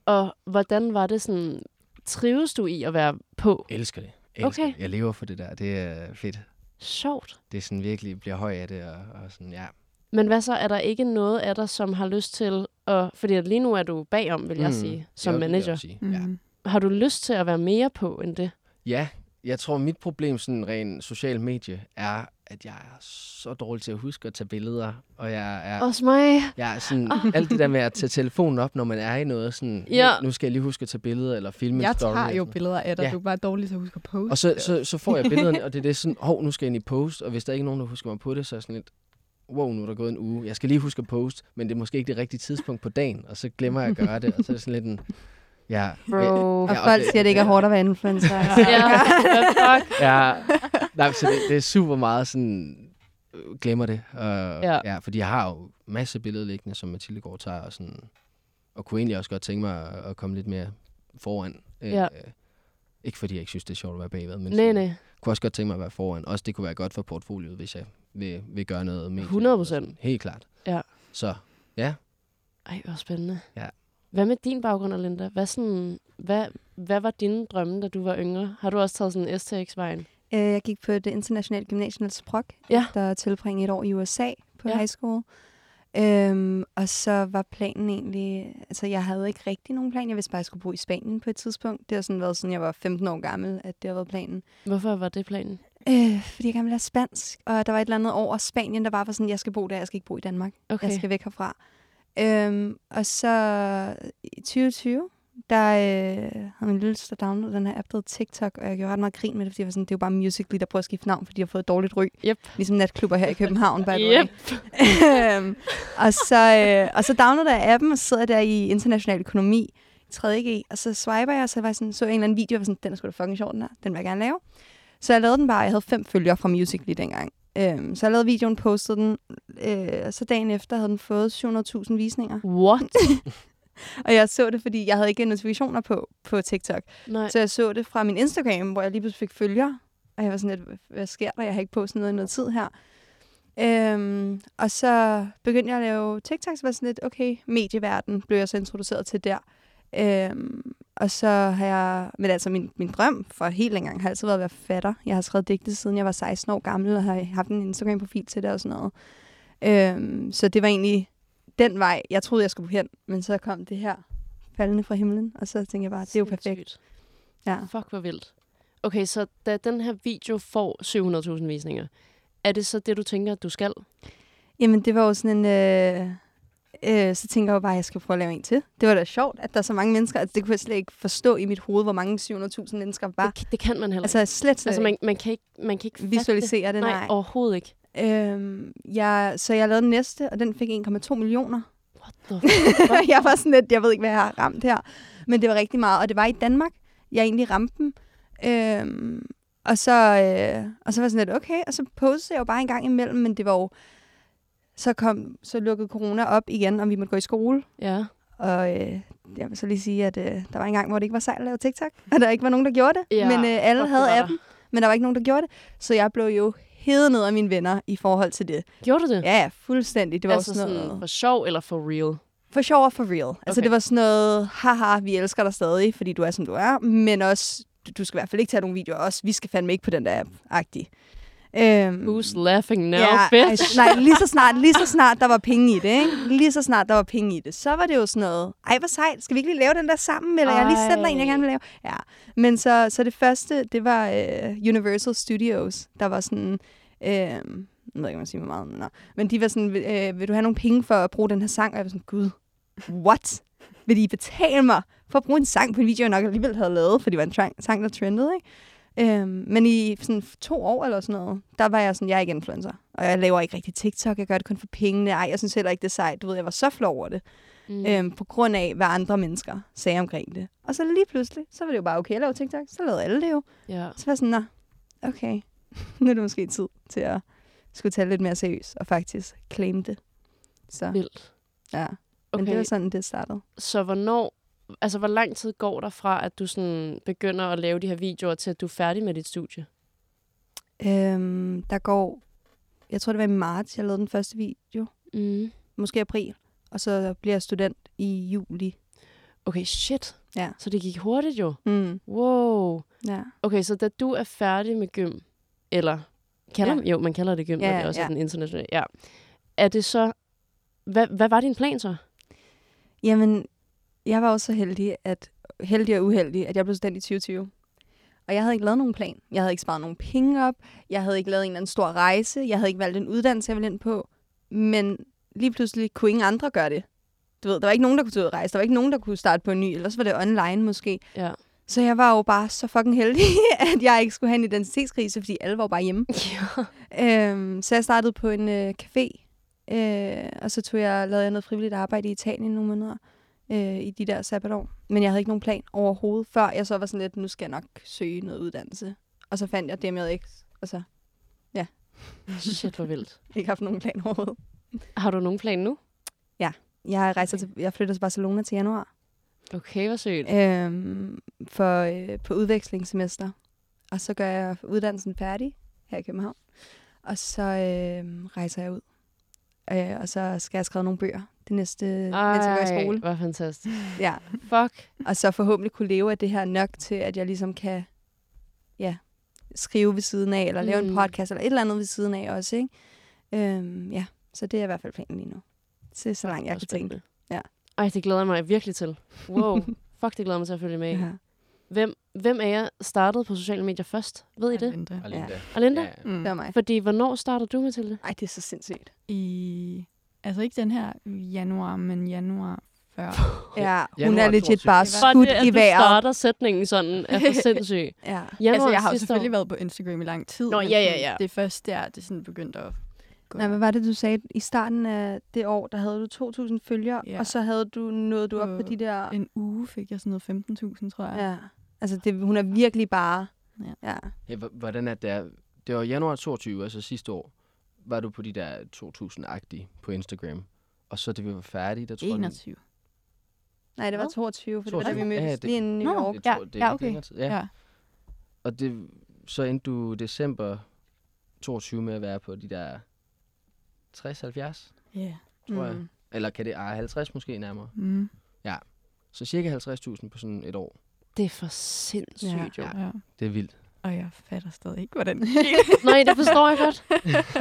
Og hvordan var det sådan... Trives du i at være på? elsker det. Elsker Okay. okay. det. Jeg lever for det der. Det er fedt. Sjovt. Det er sådan virkelig, bliver høj af det, og, og sådan, ja. Men hvad så? Er der ikke noget af dig, som har lyst til at... Fordi at lige nu er du bagom, vil jeg Mm, sige, jo, som det vil jeg manager. sige, ja. Mm. Har du lyst til at være mere på end det? Ja, jeg tror, mit problem sådan rent social medie er, at jeg er så dårlig til at huske at tage billeder, og jeg er... Også mig. Jeg er sådan, alt det der med at tage telefonen op, når man er i noget, sådan, Ja. ja. nu skal jeg lige huske at tage billeder, eller filme en Jeg story. tager og jo sådan. billeder af dig, ja. du er bare dårlig til at huske at poste. Og så, så, så får jeg billederne, og det er <laughs> det sådan, hov, nu skal jeg ind i post, og hvis der ikke er nogen, der husker mig på det, så er jeg sådan lidt, wow, nu er der gået en uge, jeg skal lige huske at post, men det er måske ikke det rigtige tidspunkt på dagen, og så glemmer jeg at gøre det, og så er det sådan lidt en, ja. Bro. øh, Og ja, folk siger, at det ikke er hårdt at være <laughs> influencer. altså. <laughs> Ja, nej, men så det, det er super meget sådan, øh, glemmer det, og, Ja. ja. ja. fordi jeg har jo masse billeder liggende, som Mathilde går og tager, og sådan, og kunne egentlig også godt tænke mig at, at komme lidt mere foran. Øh, Ja. Ikke fordi jeg ikke synes, det er sjovt at være bagved, men Nej, sådan- nej. kunne også godt tænke mig at være foran. Også det kunne være godt for portfolioet, hvis jeg vil, vil gøre noget med. 100 procent. Helt klart. Ja. Så ja, Ej, hvor spændende. Ja. Hvad med din baggrund, Linda? Hvad, sådan, hvad, hvad var dine drømme, da du var yngre? Har du også taget sådan STX-vejen? Øh, Jeg gik på det internationale gymnasium Sprog, ja. efter at tilbringe et år i USA på Ja. ja. high school. Øhm, og så var planen egentlig, altså jeg havde ikke rigtig nogen plan. Jeg vidste bare, at jeg skulle bo i Spanien på et tidspunkt. Det har sådan været, siden jeg var 15 år gammel, at det har været planen. Hvorfor var det planen? Øh, fordi jeg gerne ville lære spansk, og der var et eller andet over Spanien, der bare var sådan, jeg skal bo der, jeg skal ikke bo i Danmark. Okay. Jeg skal væk herfra. Øhm, og så i 2020, der øh, havde min lille søster downloadet den her app, der hedder TikTok, og jeg gjorde ret meget grin med det, fordi jeg var sådan, det er jo bare Musical.ly, der prøver at skifte navn, fordi de har fået et dårligt ryg. Yep. Ligesom natklubber her i København, by the Yep. way. <laughs> Øhm, og, så, øh, og så downloader jeg appen, og så sidder jeg der i international økonomi, 3.G, og så swiper jeg, og så, var jeg sådan, så jeg en eller anden video, og var sådan, den er sgu da fucking sjov, den her. Den vil jeg gerne lave. Så jeg lavede den bare. Jeg havde fem følgere fra Musical.ly dengang. Øhm, så jeg lavede videoen, postede den, øh, og så dagen efter havde den fået 700.000 visninger. What? og jeg så det, fordi jeg havde ikke notifikationer på, på TikTok. Nej. Så jeg så det fra min Instagram, hvor jeg lige pludselig fik følgere. Og jeg var sådan lidt, hvad sker der? Jeg har ikke postet noget i noget tid her. Øhm, og så begyndte jeg at lave TikToks, var sådan lidt, okay, medieverden blev jeg så introduceret til der. Øhm, og så har jeg, men altså min, min drøm for helt engang har altid været at være fatter. Jeg har skrevet digte siden jeg var 16 år gammel, og har haft en Instagram-profil til det og sådan noget. Øhm, så det var egentlig den vej, jeg troede, jeg skulle hen, men så kom det her faldende fra himlen, og så tænkte jeg bare, Ah, det er jo perfekt. Ja. Fuck, hvor vildt. Okay, så da den her video får 700.000 visninger, er det så det, du tænker, at du skal? Jamen, det var jo sådan en... Øh, øh, så tænker jeg jo bare, at jeg skal prøve at lave en til. Det var da sjovt, at der er så mange mennesker. Altså, det kunne jeg slet ikke forstå i mit hoved, hvor mange 700.000 mennesker var. Det, det kan man heller Altså, ikke. slet, slet Altså, man, ikke. man kan ikke, man kan ikke fatte Visualisere det, nej. nej. overhovedet <laughs> ikke. Øhm, jeg, så jeg lavede den næste, og den fik 1,2 millioner. What <laughs> jeg var sådan lidt, jeg ved ikke, hvad jeg har ramt her. Men det var rigtig meget, og det var i Danmark, jeg egentlig ramte dem. Øhm, og, så, øh, og så var jeg sådan lidt, okay, og så postede jeg jo bare en gang imellem, men det var jo, så, kom, så lukkede corona op igen, og vi måtte gå i skole. Ja. Og øh, jeg vil så lige sige, at øh, der var en gang, hvor det ikke var sejt at lave TikTok, <laughs> og der ikke var nogen, der gjorde det. Ja, men øh, alle fuck, havde det var appen, men der var ikke nogen, der gjorde det. Så jeg blev jo hede ned af mine venner i forhold til det. Gjorde du det? Ja, ja, fuldstændig. Det var altså jo sådan noget... sådan for sjov eller for real? For sjov og for real. Altså Okay. det var sådan noget, haha, vi elsker dig stadig, fordi du er, som du er, men også, du, du skal i hvert fald ikke tage nogen videoer også. Vi skal fandme ikke på den der app-agtig. Øhm, Who's laughing now, yeah, bitch? Ej, nej, <laughs> lige så, snart, lige så snart der var penge i det, ikke? Lige så snart der var penge i det, så var det jo sådan noget, ej, hvor sejt, skal vi ikke lige lave den der sammen? Eller ej. jeg har lige sender en, jeg gerne vil lave. Ja. Men så, så det første, det var øh, Universal Studios, der var sådan, øh, jeg ved ikke, man siger, hvor meget, men, nå. men de var sådan, vil, øh, vil du have nogle penge for at bruge den her sang? Og jeg var sådan, gud, what? Vil de betale mig for at bruge en sang på en video, jeg nok alligevel havde lavet, for det var en trang, sang, der trendede, ikke? Øhm, men i sådan to år eller sådan noget, der var jeg sådan, jeg er ikke influencer. Og jeg laver ikke rigtig TikTok, jeg gør det kun for pengene. Ej, jeg synes heller ikke, det er sejt. Du ved, jeg var så flov over det. Mm. Øhm, på grund af, hvad andre mennesker sagde omkring det. Og så lige pludselig, så var det jo bare okay at lave TikTok. Så lavede alle det jo. Ja. Så var jeg sådan, nå, okay. <laughs> nu er det måske tid til at skulle tage det lidt mere seriøst og faktisk claim det. Så, Vildt. ja. Men Okay. det var sådan, det startede. Så hvornår, altså hvor lang tid går der fra, at du sådan begynder at lave de her videoer, til at du er færdig med dit studie? Øhm, der går, jeg tror det var i marts, jeg lavede den første video. Mm. Måske april. Og så bliver jeg student i juli. Okay, shit. Ja. Så det gik hurtigt jo. Mm. Wow. Ja. Okay, så da du er færdig med gym, eller kalder, Ja. ja. jo, man kalder det gym, Ja, ja, det er også ja. ja. den internationale, ja. Er det så, hvad, hvad var din plan så? Jamen, jeg var også så heldig, at, heldig og uheldig, at jeg blev student i 2020. Og jeg havde ikke lavet nogen plan. Jeg havde ikke sparet nogen penge op. Jeg havde ikke lavet en eller anden stor rejse. Jeg havde ikke valgt en uddannelse, jeg ville ind på. Men lige pludselig kunne ingen andre gøre det. Du ved, der var ikke nogen, der kunne tage ud og rejse. Der var ikke nogen, der kunne starte på en ny. Ellers var det online måske. Ja. Så jeg var jo bare så fucking heldig, <laughs> at jeg ikke skulle have en identitetskrise, fordi alle var jo bare hjemme. <laughs> Ja. Øhm, så jeg startede på en øh, café, øh, og så tog jeg, lavede jeg noget frivilligt arbejde i Italien nogle måneder øh, i de der sabbatår. Men jeg havde ikke nogen plan overhovedet, før jeg så var sådan lidt, nu skal jeg nok søge noget uddannelse. Og så fandt jeg det med X, og så Shit, hvor vildt. ikke haft nogen plan overhovedet. Har du nogen plan nu? Jeg, rejser til, jeg flytter til Barcelona til januar Okay, hvor sødt. øhm, for, øh, på udvekslingssemester. Og så gør jeg uddannelsen færdig her i København. Og så øh, rejser jeg ud. Øh, og så skal jeg skrive nogle bøger det næste, mens jeg går i skole. hvor fantastisk. Ja. Fuck. Og så forhåbentlig kunne leve af det her nok til, at jeg ligesom kan ja, skrive ved siden af, eller lave en Mm. podcast, eller et eller andet ved siden af også. Ikke? Øhm, ja, så det er i hvert fald planen lige nu. Så det er så langt, jeg Hvor kan tænke. spændende. Ja. Ej, det glæder jeg mig virkelig til. Wow. Fuck, det glæder jeg mig til at følge med i. Ja. Hvem, hvem af jer startede på sociale medier først? Ved I det? Linda. Alene der. Alinda? Ja. Mm. Det var mig. Fordi, hvornår starter du, Mathilde? Ej, det er så sindssygt. I, altså ikke den her januar, men januar før. Ja, hun Januar er legit 22. bare Det Bare skudt det, at i du vejret. starter sætningen sådan, er <laughs> for sindssyg. Ja. Januar altså, jeg har jo sidste selvfølgelig år. været på Instagram i lang tid. Nå, men ja, ja, sådan, ja. Det er først der, det sådan begyndte at gå. Nej, hvad var det, du sagde? I starten af det år, der havde du 2.000 følgere, Ja. og så havde du noget du op på På de der... En uge fik jeg sådan noget 15.000, tror jeg. Ja. Altså, det, hun er virkelig bare... Ja. ja. Ja, h- hvordan er det? er- Det var januar 22, altså sidste år, var du på de der 2000-agtige på Instagram. Og så da vi var færdige, der tror jeg... 21. Nej, det var Hvad? 22, for det var da 22. vi mødtes Ja, ja, det- det... lige inden New Nå. York. det- Ja, det- ja, det- okay. længere tid, ja. Ja. Og det, så endte du december 22 med at være på de der 60-70, Ja. tror Mm. jeg. Eller kan det ej, 50 måske nærmere. Mm. Så cirka 50.000 på sådan et år. Det er for sindssygt, ja. jo. ja. Det er vildt. Og jeg fatter stadig ikke, hvordan det Nej, det forstår jeg godt.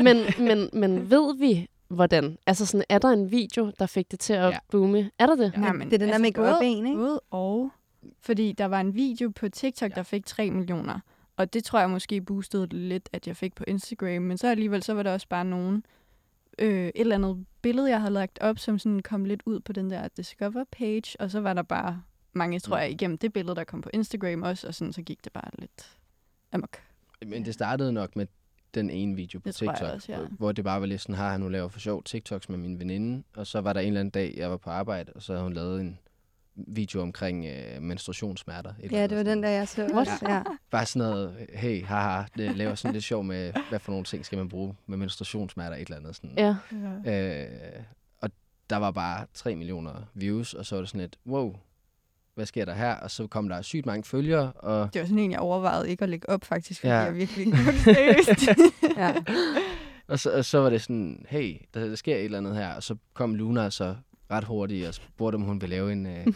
Men, men, men ved vi, hvordan? Altså, sådan, er der en video, der fik det til at Ja. boome? Er der det? Ja. Nej, men altså, Det er den der make-up både- en, Mm. ikke? Både og. Fordi der var en video på TikTok, Ja. der fik 3 millioner. Og det tror jeg måske boostede det lidt, at jeg fik på Instagram. Men så alligevel, så var der også bare nogen... Øh, et eller andet billede, jeg havde lagt op, som sådan kom lidt ud på den der Discover-page. Og så var der bare mange, Mm. tror jeg, igennem det billede, der kom på Instagram også. Og sådan, så gik det bare lidt amok. Men det startede nok med den ene video på Det tror jeg TikTok, også, ja. hvor- hvor det bare var lidt sådan, har han nu laver for sjov TikToks med min veninde, og så var der en eller anden dag, jeg var på arbejde, og så havde hun lavet en video omkring øh, menstruationssmerter. et eller Ja, andet det var sådan. den, der jeg så. What? også, Ja. Bare sådan noget, hey, haha, det laver sådan lidt sjov med, hvad for nogle ting skal man bruge med menstruationssmerter, et eller andet sådan. Ja. Ja. Øh, og der var bare 3 millioner views, og så var det sådan lidt, wow, hvad sker der her? Og så kom der sygt mange følgere, og Det var sådan en, jeg overvejede ikke at lægge op, faktisk, fordi Ja. ja. jeg virkelig ikke kunne seriøst. <laughs> ja. Og så, og så var det sådan, hey, der, der sker et eller andet her. Og så kom Luna så ret hurtigt og spurgte, om hun ville lave en øh,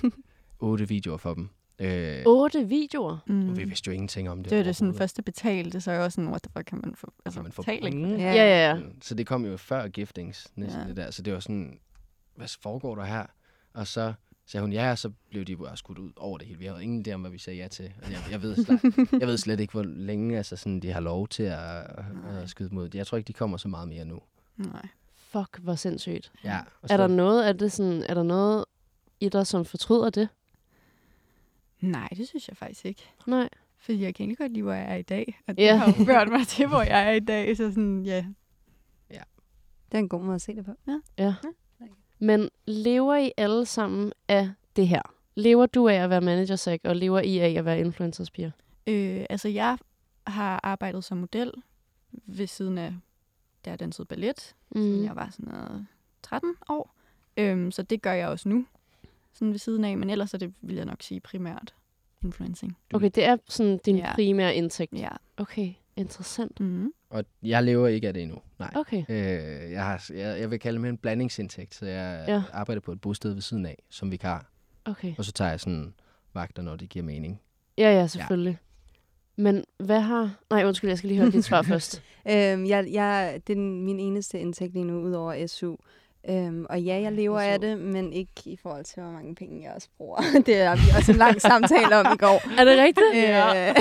otte videoer for dem. Øh, Otte videoer? Mm. Vi vidste jo ingenting om det. Det var det sådan overhovedet. første betalte, så er jeg også sådan, what the fuck kan man få? Altså, Kan man få betaling? penge? Ja, ja, ja. Så det kom jo før giftings, næsten Ja. ja. det der. Så det var sådan, hvad foregår der her? Og så sagde hun ja, og så blev de bare skudt ud over det hele. Vi havde ingen idé om, hvad vi sagde ja til. Og Jeg, jeg, ved, slet, jeg ved slet ikke, hvor længe altså sådan, de har lov til at, at skyde mod. Jeg tror ikke, de kommer så meget mere nu. Nej. Fuck, hvor sindssygt. Ja, og Er så- der noget af det sådan, er der noget i dig, som fortryder det? Nej, det synes jeg faktisk ikke. Nej. Fordi jeg kan egentlig godt lide, hvor jeg er i dag. Og det Ja. har jo ført mig <laughs> til, hvor jeg er i dag. Så sådan, ja. Det er en god måde at se det på. Ja. Men lever I alle sammen af det her? Lever du af at være managersæk, og lever I af at være influencerspiger? Øh, altså, jeg har arbejdet som model ved siden af, da jeg dansede ballet. Mm. siden jeg var sådan noget 13 år. Øhm, så det gør jeg også nu, sådan ved siden af. Men ellers er det, vil jeg nok sige, primært influencing. Okay, det er sådan din Ja. primære indtægt. Ja. Okay, interessant. Mm-hmm. Og jeg lever ikke af det endnu. Nej. Okay. Øh, jeg, har, jeg, jeg vil kalde mig en blandingsindtægt, så jeg Ja. ja. arbejder på et bosted ved siden af, som vikar. Okay. Og så tager jeg sådan vagter, når det giver mening. Ja, ja, selvfølgelig. Men hvad har... Nej, undskyld, jeg skal lige høre dit <laughs> svar først. Øhm, jeg, jeg, det er den- min eneste indtægt lige nu, udover SU. Øhm, og ja, jeg lever af det, men ikke i forhold til, hvor mange penge jeg også bruger. <laughs> det har vi også en lang samtale om i går. Øh, Er det rigtigt? Ja.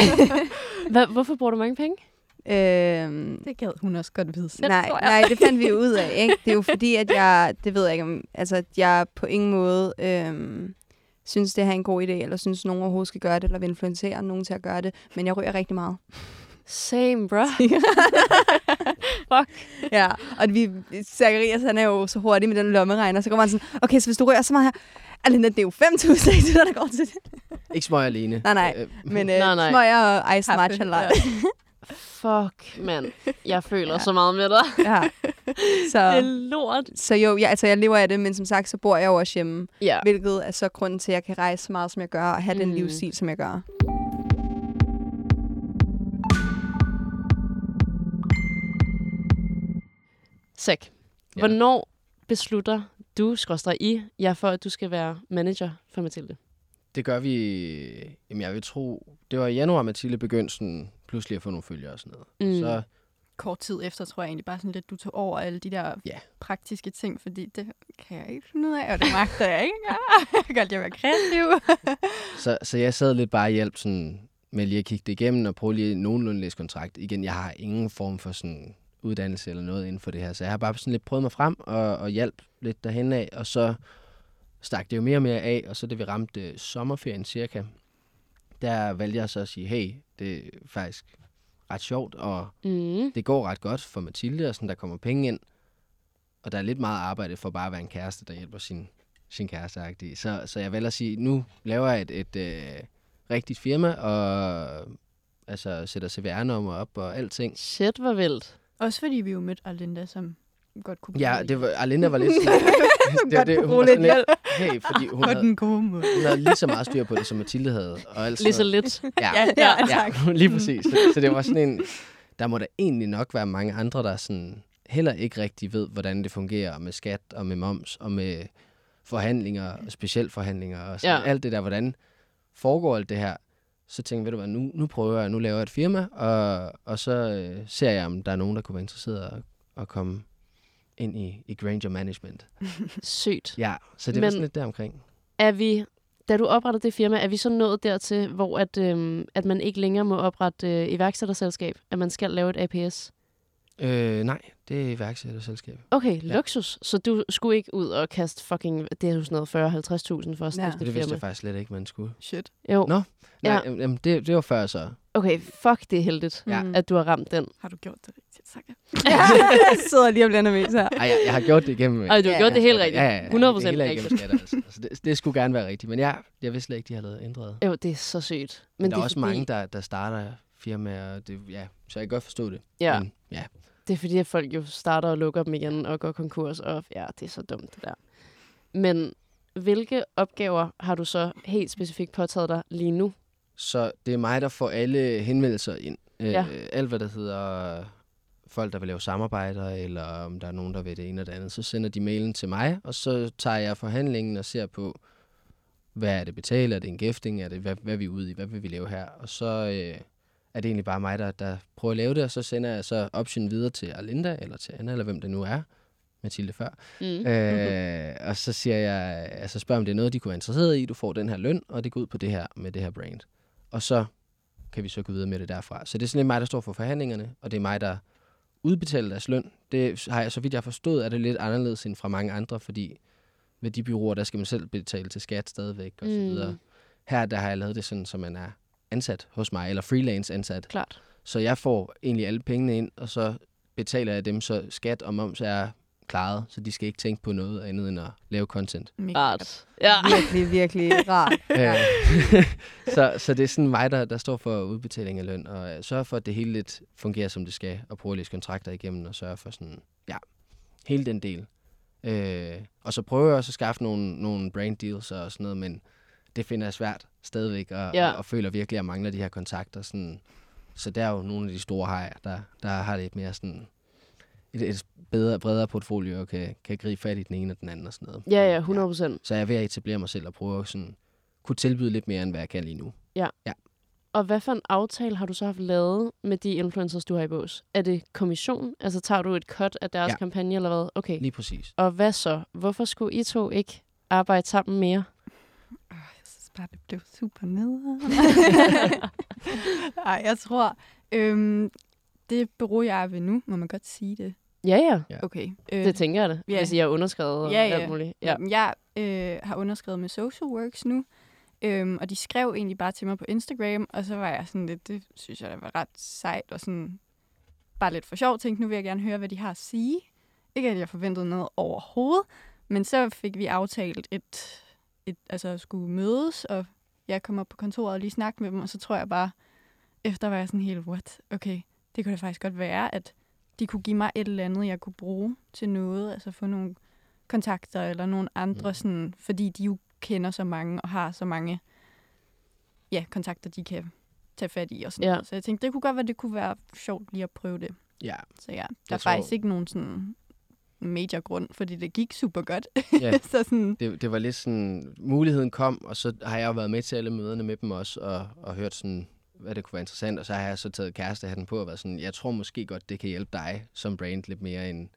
Hva, hvorfor bruger du mange penge? <laughs> øhm, Det gad hun også godt vide. selv, nej, tror jeg. nej, det fandt vi ud af. Ikke? Det er jo fordi, at jeg, det ved jeg ikke om, altså, at jeg på ingen måde øhm, synes, det her er en god idé, eller synes, nogen overhovedet skal gøre det, eller vil influencere nogen til at gøre det, men jeg ryger rigtig meget. Same, bro. <laughs> Ja, og vi, Zacharias, han er jo så hurtig med den lommeregner, så går man sådan, okay, så hvis du rører så meget her, Alina, det er jo 5.000 ikke, der går til det. Ikke smøg alene. Nej, nej. Øh, Men øh, Nej, nej. smøger og ice Kaffe, matcha ja. light. Fuck, mand. Jeg føler ja. så meget med dig. Ja. <laughs> Det er Så, lort. så jo, ja, altså, jeg lever af det, men som sagt, så bor jeg jo også hjemme, Ja. hvilket er så grunden til, at jeg kan rejse så meget, som jeg gør, og have mm. den Mm. livsstil, som jeg gør. Sæk. Ja. Hvornår beslutter du, skråstrej I, jer for, at du skal være manager for Mathilde? Det gør vi, jamen jeg vil tro, det var i januar, Mathilde begyndte sådan, pludselig at få nogle følgere og sådan noget. Mm. Mm. Så Kort tid efter, tror jeg egentlig bare sådan lidt, du tog over alle de der Ja. praktiske ting, fordi det kan jeg ikke finde ud af, og det magter jeg <laughs> ikke. Ah, Jeg kan godt lide at være kreativ. Så, så jeg sad lidt bare og hjalp sådan, med lige at kigge det igennem og prøve lige nogenlunde at læse kontrakt. Igen, jeg har ingen form for sådan uddannelse eller noget inden for det her, så jeg har bare sådan lidt prøvet mig frem og, og hjalp lidt derhen af, og så stak det jo mere og mere af, og så da vi ramte øh, sommerferien cirka, der valgte jeg så at sige, hey, det er faktisk ret sjovt, og Mm. det går ret godt for Mathilde, og sådan, der kommer penge ind, og der er lidt meget arbejde for bare at være en kæreste, der hjælper sin, sin kæreste -agtig. så, så jeg vælger at sige, nu laver jeg et, et øh, rigtigt firma, og altså, sætter CVR-nummer op og alting. Shit, hvor vildt. også fordi vi jo mødte Arlinda, som godt kunne Ja, blive- det var, Arlinda var lidt <laughs> sådan, <laughs> det, var det, hun var sådan lidt, hey, fordi hun på havde, den gode måde. hun havde lige så meget <laughs> styr på det, som Mathilde havde. Og alt sådan Lige så noget. lidt. Ja, ja, Ja, <laughs> lige præcis. Så, så det var sådan en... Der må der egentlig nok være mange andre, der sådan heller ikke rigtig ved, hvordan det fungerer med skat og med moms og med forhandlinger, specialforhandlinger og sådan Ja. ja. alt det der. Hvordan foregår alt det her? Så tænkte jeg, ved du hvad, nu, nu prøver jeg, nu laver jeg et firma, og, og så øh, ser jeg, om der er nogen, der kunne være interesseret at, at komme ind i, i Granger Management. Sygt. Ja, så det Men... Men- var sådan lidt deromkring. Er vi, da du oprettede det firma, er vi så nået dertil, hvor at, øhm, at man ikke længere må oprette øh, iværksætterselskab, at man skal lave et APS? Øh, nej, det er iværksætterselskab. Okay, ja. Ja. luksus. Så du skulle ikke ud og kaste fucking, det er jo sådan noget 40-50.000 for at Ja. stifte Det et vidste firma. jeg faktisk slet ikke, man skulle. <laughs> Shit. Jo. Nå. Nej, Ja. ja. jamen, det, det var før så. Okay, fuck, det er heldigt, <laughs> Ja. mm. at du har ramt den. Har du gjort det rigtigt, Saka? jeg sidder lige og bliver nervøs <laughs> her. Ej, jeg, jeg har gjort det igennem. Ej, du har Ja, gjort det helt rigtigt. Ja, ja, ja. 100% Det hele er igennem rigtigt. skatter, altså. altså det, det skulle gerne være rigtigt, men jeg, jeg vidste slet ikke, de havde lavet ændret. Jo, det er så sygt. Men der er det også mange, der, der starter firmaer, og det, ja, så jeg kan godt forstå det. Ja. Men, ja. Det er fordi, at folk jo starter og lukker dem igen og går konkurs, og ja, det er så dumt det der. Men hvilke opgaver har du så helt specifikt påtaget dig lige nu? Så det er mig, der får alle henvendelser ind. Øh, Ja. Alt, hvad der hedder folk, der vil lave samarbejder, eller om der er nogen, der vil det ene og det andet, så sender de mailen til mig, og så tager jeg forhandlingen og ser på, hvad er det betalt, er det en gæfting, er det, hvad, hvad er vi ude i, hvad vil vi lave her? Og så øh, er det egentlig bare mig, der, der prøver at lave det, og så sender jeg så option videre til Arlinda, eller til Anna, eller hvem det nu er, Mathilde før. Mm. Øh, og så siger jeg, altså spørger om det er noget, de kunne være interesseret i, du får den her løn, og det går ud på det her med det her brand. Og så kan vi så gå videre med det derfra. Så det er sådan lidt mig, der står for forhandlingerne, og det er mig, der udbetaler deres løn. Det har jeg, så vidt jeg har forstået, er det lidt anderledes end fra mange andre, fordi ved de byråer, der skal man selv betale til skat stadigvæk og så Mm. videre. Her der har jeg lavet det sådan, så man er ansat hos mig, eller freelance ansat. Klart. Så jeg får egentlig alle pengene ind, og så betaler jeg dem, så skat og moms er klaret, så de skal ikke tænke på noget andet end at lave content. Rart. Ja. Virkelig, virkelig rart. Ja. så, så det er sådan mig, der, der står for udbetaling af løn, og øh, sørger for, at det hele lidt fungerer, som det skal, og prøver at læse kontrakter igennem, og sørger for sådan, ja, hele den del. Øh, og så prøver jeg også at skaffe nogle, nogle brand deals og sådan noget, men det finder jeg svært stadigvæk, og, Ja. ja. og, og føler virkelig, at jeg mangler de her kontakter. Sådan. Så der er jo nogle af de store hajer, der, der har lidt mere sådan et, et bedre, bredere portfolio, og kan, kan gribe fat i den ene og den anden og sådan noget. Ja, ja, 100 procent. Så jeg er ved at etablere mig selv og prøve at sådan, kunne tilbyde lidt mere, end hvad jeg kan lige nu. Og hvad for en aftale har du så haft lavet med de influencers, du har i bås? Er det kommission? Altså tager du et cut af deres ja. Ja. kampagne eller hvad? Okay. Lige præcis. Og hvad så? Hvorfor skulle I to ikke arbejde sammen mere? Jeg synes bare, det blev super nederen. Nej, jeg tror, øhm, det bureau, jeg er ved nu, må man godt sige det. Ja, ja. Okay. Øh, Det tænker jeg da, ja. hvis I har underskrevet og Ja, ja. alt muligt. Ja. Jeg øh, har underskrevet med Social Works nu, øhm, og de skrev egentlig bare til mig på Instagram, og så var jeg sådan lidt, det synes jeg da var ret sejt, og sådan bare lidt for sjov, tænkte, nu vil jeg gerne høre, hvad de har at sige. Ikke at jeg forventede noget overhovedet, men så fik vi aftalt et, et altså at skulle mødes, og jeg kom op på kontoret og lige snakke med dem, og så tror jeg bare, efter var jeg sådan helt, what, okay, det kunne da faktisk godt være, at de kunne give mig et eller andet, jeg kunne bruge til noget, altså få nogle kontakter eller nogle andre, mm. sådan, fordi de jo kender så mange og har så mange ja, kontakter, de kan tage fat i. Og sådan Ja. noget. Så jeg tænkte, det kunne godt være, det kunne være sjovt lige at prøve det. Ja. Så ja, der er Jeg tror- faktisk ikke nogen sådan major grund, fordi det gik super godt. <laughs> Ja. så sådan, Mm. Det, det var lidt sådan, muligheden kom, og så har jeg jo været med til alle møderne med dem også, og, og hørt sådan, hvad det kunne være interessant, og så har jeg så taget kærestehatten på og været sådan, jeg tror måske godt, det kan hjælpe dig som brand lidt mere end,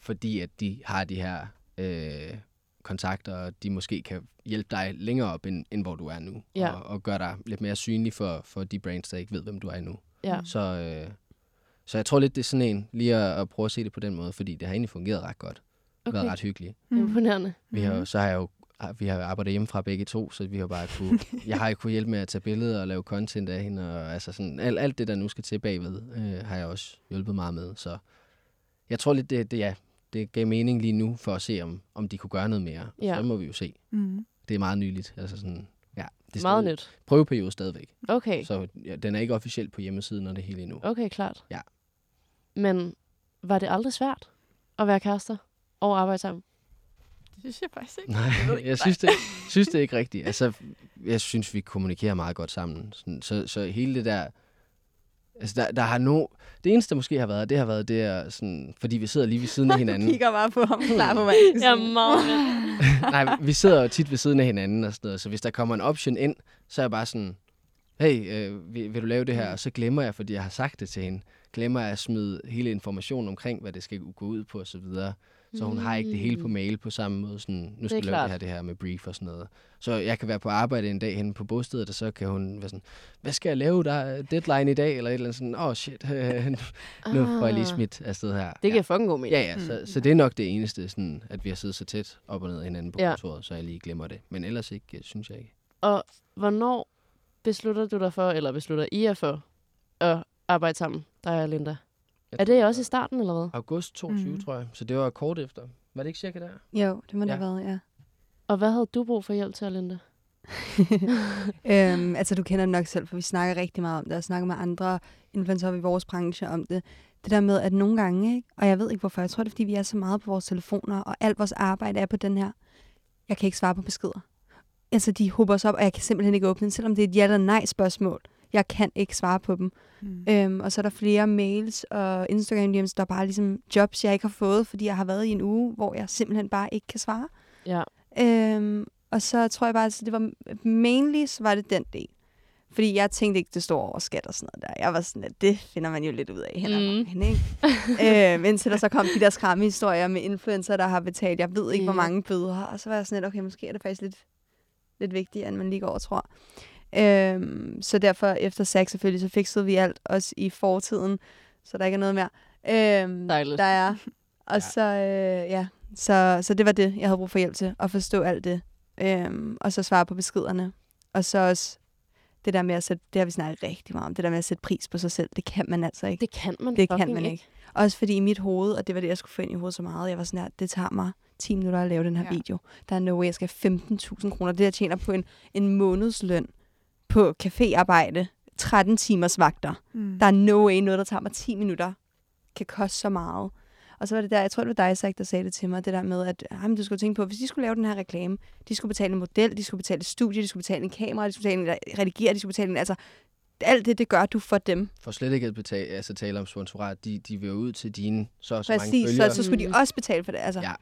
fordi at de har de her øh, kontakter, og de måske kan hjælpe dig længere op, end, end hvor du er nu, Ja. og, og gøre dig lidt mere synlig for, for de brands, der ikke ved, hvem du er endnu. Ja. Så, øh, så jeg tror lidt, det er sådan en, lige at, at prøve at se det på den måde, fordi det har egentlig fungeret ret godt. Okay. været Okay. ret hyggeligt. Mm. Imponerende. Vi har, jo- så har jeg jo ah, vi har arbejdet hjemmefra begge to, så vi har bare <laughs> kunne, jeg har jo kunne hjælpe med at tage billeder og lave content af hende, og altså sådan, alt, alt det, der nu skal til bagved, øh, har jeg også hjulpet meget med. Så jeg tror lidt, det, det, ja, det gav mening lige nu for at se, om, om de kunne gøre noget mere. Ja. Ja. Så må vi jo se. mm, Det er meget nyligt. Altså sådan, ja, det er Meget stadig- nyt. Prøveperiode stadigvæk. Okay. Så ja, den er ikke officielt på hjemmesiden og det hele endnu. Okay, klart. Ja. Men var det aldrig svært at være kærester og arbejde sammen? det synes jeg faktisk ikke. Nej, ved ikke, jeg synes det, synes det ikke rigtigt. Altså, jeg synes, vi kommunikerer meget godt sammen. Sådan, så, så hele det der... Altså, der, der har no... Det eneste, der måske har været, det har været det her, sådan, fordi vi sidder lige ved siden af hinanden. Kigger bare på ham, <laughs> klar på mig. Ja, meget med. Nej, vi sidder jo tit ved siden af hinanden og sådan noget, så hvis der kommer en option ind, så er jeg bare sådan, hey, øh, vil, vil du lave det her? Og så glemmer jeg, fordi jeg har sagt det til hende, glemmer jeg at smide hele informationen omkring, hvad det skal gå ud på og så videre. Så hun har ikke det hele på mail på samme måde, sådan, nu skal du lave klart. det her, det her med brief og sådan noget. Så jeg kan være på arbejde en dag henne på bostedet, og så kan hun være sådan, hvad skal jeg lave, der er deadline i dag, eller et eller andet sådan, åh oh, shit, <laughs> øh, nu, <laughs> nu får jeg lige smidt afsted her. Ah. Det giver fucking god mening. Ja, ja, så, så det er nok det eneste, sådan, at vi har siddet så tæt op og ned af hinanden på Ja. ja. kontoret, så jeg lige glemmer det. Men ellers ikke, øh, synes jeg ikke. Og hvornår beslutter du dig for, eller beslutter I jer for, at arbejde sammen, dig og Linda? Jeg Er tror, det også i starten, eller hvad? August 22, mm. tror jeg, så det var kort efter. Var det ikke cirka der? Jo, det må det Ja. have været, ja. Og hvad havde du brug for hjælp til, Linda? Øhm, altså, du kender det nok selv, for vi snakker rigtig meget om det, og snakker med andre influencer i vores branche om det. Det der med, at nogle gange, ikke? og jeg ved ikke hvorfor, jeg tror det er, fordi vi er så meget på vores telefoner, og alt vores arbejde er på den her. Jeg kan ikke svare på beskeder. Altså, de hopper sig op, og jeg kan simpelthen ikke åbne den, selvom det er et ja eller nej spørgsmål. Jeg kan ikke svare på dem. Mm. Øhm, og så er der flere mails og Instagram DM's, der er bare ligesom jobs, jeg ikke har fået, fordi jeg har været i en uge, hvor jeg simpelthen bare ikke kan svare. Ja. Øhm, Og så tror jeg bare, at det var mainly, så var det den del. Fordi jeg tænkte ikke, det står over skat og sådan noget der. Jeg var sådan, at det finder man jo lidt ud af hen mm. hen, <laughs> ikke? øhm, indtil der så kom de der skræmme historier med influencer, der har betalt, jeg ved ikke, hvor mange bøder. Og så var jeg sådan lidt, okay, måske er det faktisk lidt, lidt vigtigere, end man lige går og tror. Øhm, så derfor efter sex selvfølgelig, så fikset vi alt, også i fortiden, så der ikke er noget mere. Øhm, Dejligt. Der er. Og ja. så, øh, ja, så, så det var det, jeg havde brug for hjælp til, at forstå alt det. Øhm, og så svare på beskederne. Og så også det der med at sætte, det har vi snakket rigtig meget om, det der med at sætte pris på sig selv, det kan man altså ikke. Det kan man Det kan fucking man ikke. ikke. Også fordi i mit hoved, og det var det, jeg skulle få ind i hovedet så meget, jeg var sådan her, det tager mig 10 minutter at lave den her ja. Ja. video. Der er no way, jeg skal have 15.000 kroner. Det, jeg tjener på en, en månedsløn på caféarbejde, 13 timers vagter. Mm. Der er no way, noget, der tager mig 10 minutter, kan koste så meget. Og så var det der, jeg tror, det var dig, Zach, der sagde det til mig, det der med, at "Ej, men du skulle tænke på, hvis de skulle lave den her reklame, de skulle betale en model, de skulle betale et studie, de skulle betale en kamera, de skulle betale en re- redigere, de skulle betale en, altså, alt det, det gør du for dem. For slet ikke at betale, altså tale om sponsorat, de, de vil jo ud til dine så og så mange Præcis, følgere. så, så skulle de også betale for det. Altså. Ja.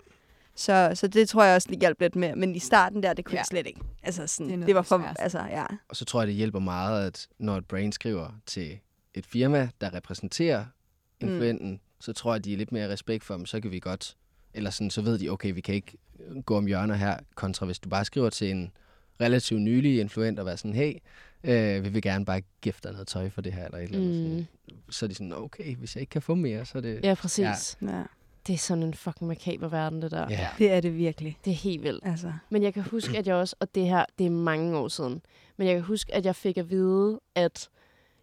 Så, så det tror jeg også lige hjalp lidt med. Men i starten der, det kunne ja. Ja. jeg slet ikke. Altså, Det er sådan, det, noget det var af det for... sværeste. Altså, ja. Og så tror jeg, det hjælper meget, at når et brand skriver til et firma, der repræsenterer influenten, så tror jeg, de er lidt mere respekt for dem, så kan vi godt... Eller sådan, så ved de, okay, vi kan ikke gå om hjørner her, kontra hvis du bare skriver til en relativt nylig influent og være sådan, hey, øh, vi vil gerne bare give dig noget tøj for det her, eller et eller andet. Mm. Sådan. Så er de sådan, okay, hvis jeg ikke kan få mere, så er det... Ja, præcis. Ja. ja. Det er sådan en fucking makaber verden, det der. ja. Det er det virkelig. Det er helt vildt. Altså. Men jeg kan huske, at jeg også, og det her, det er mange år siden, men jeg kan huske, at jeg fik at vide, at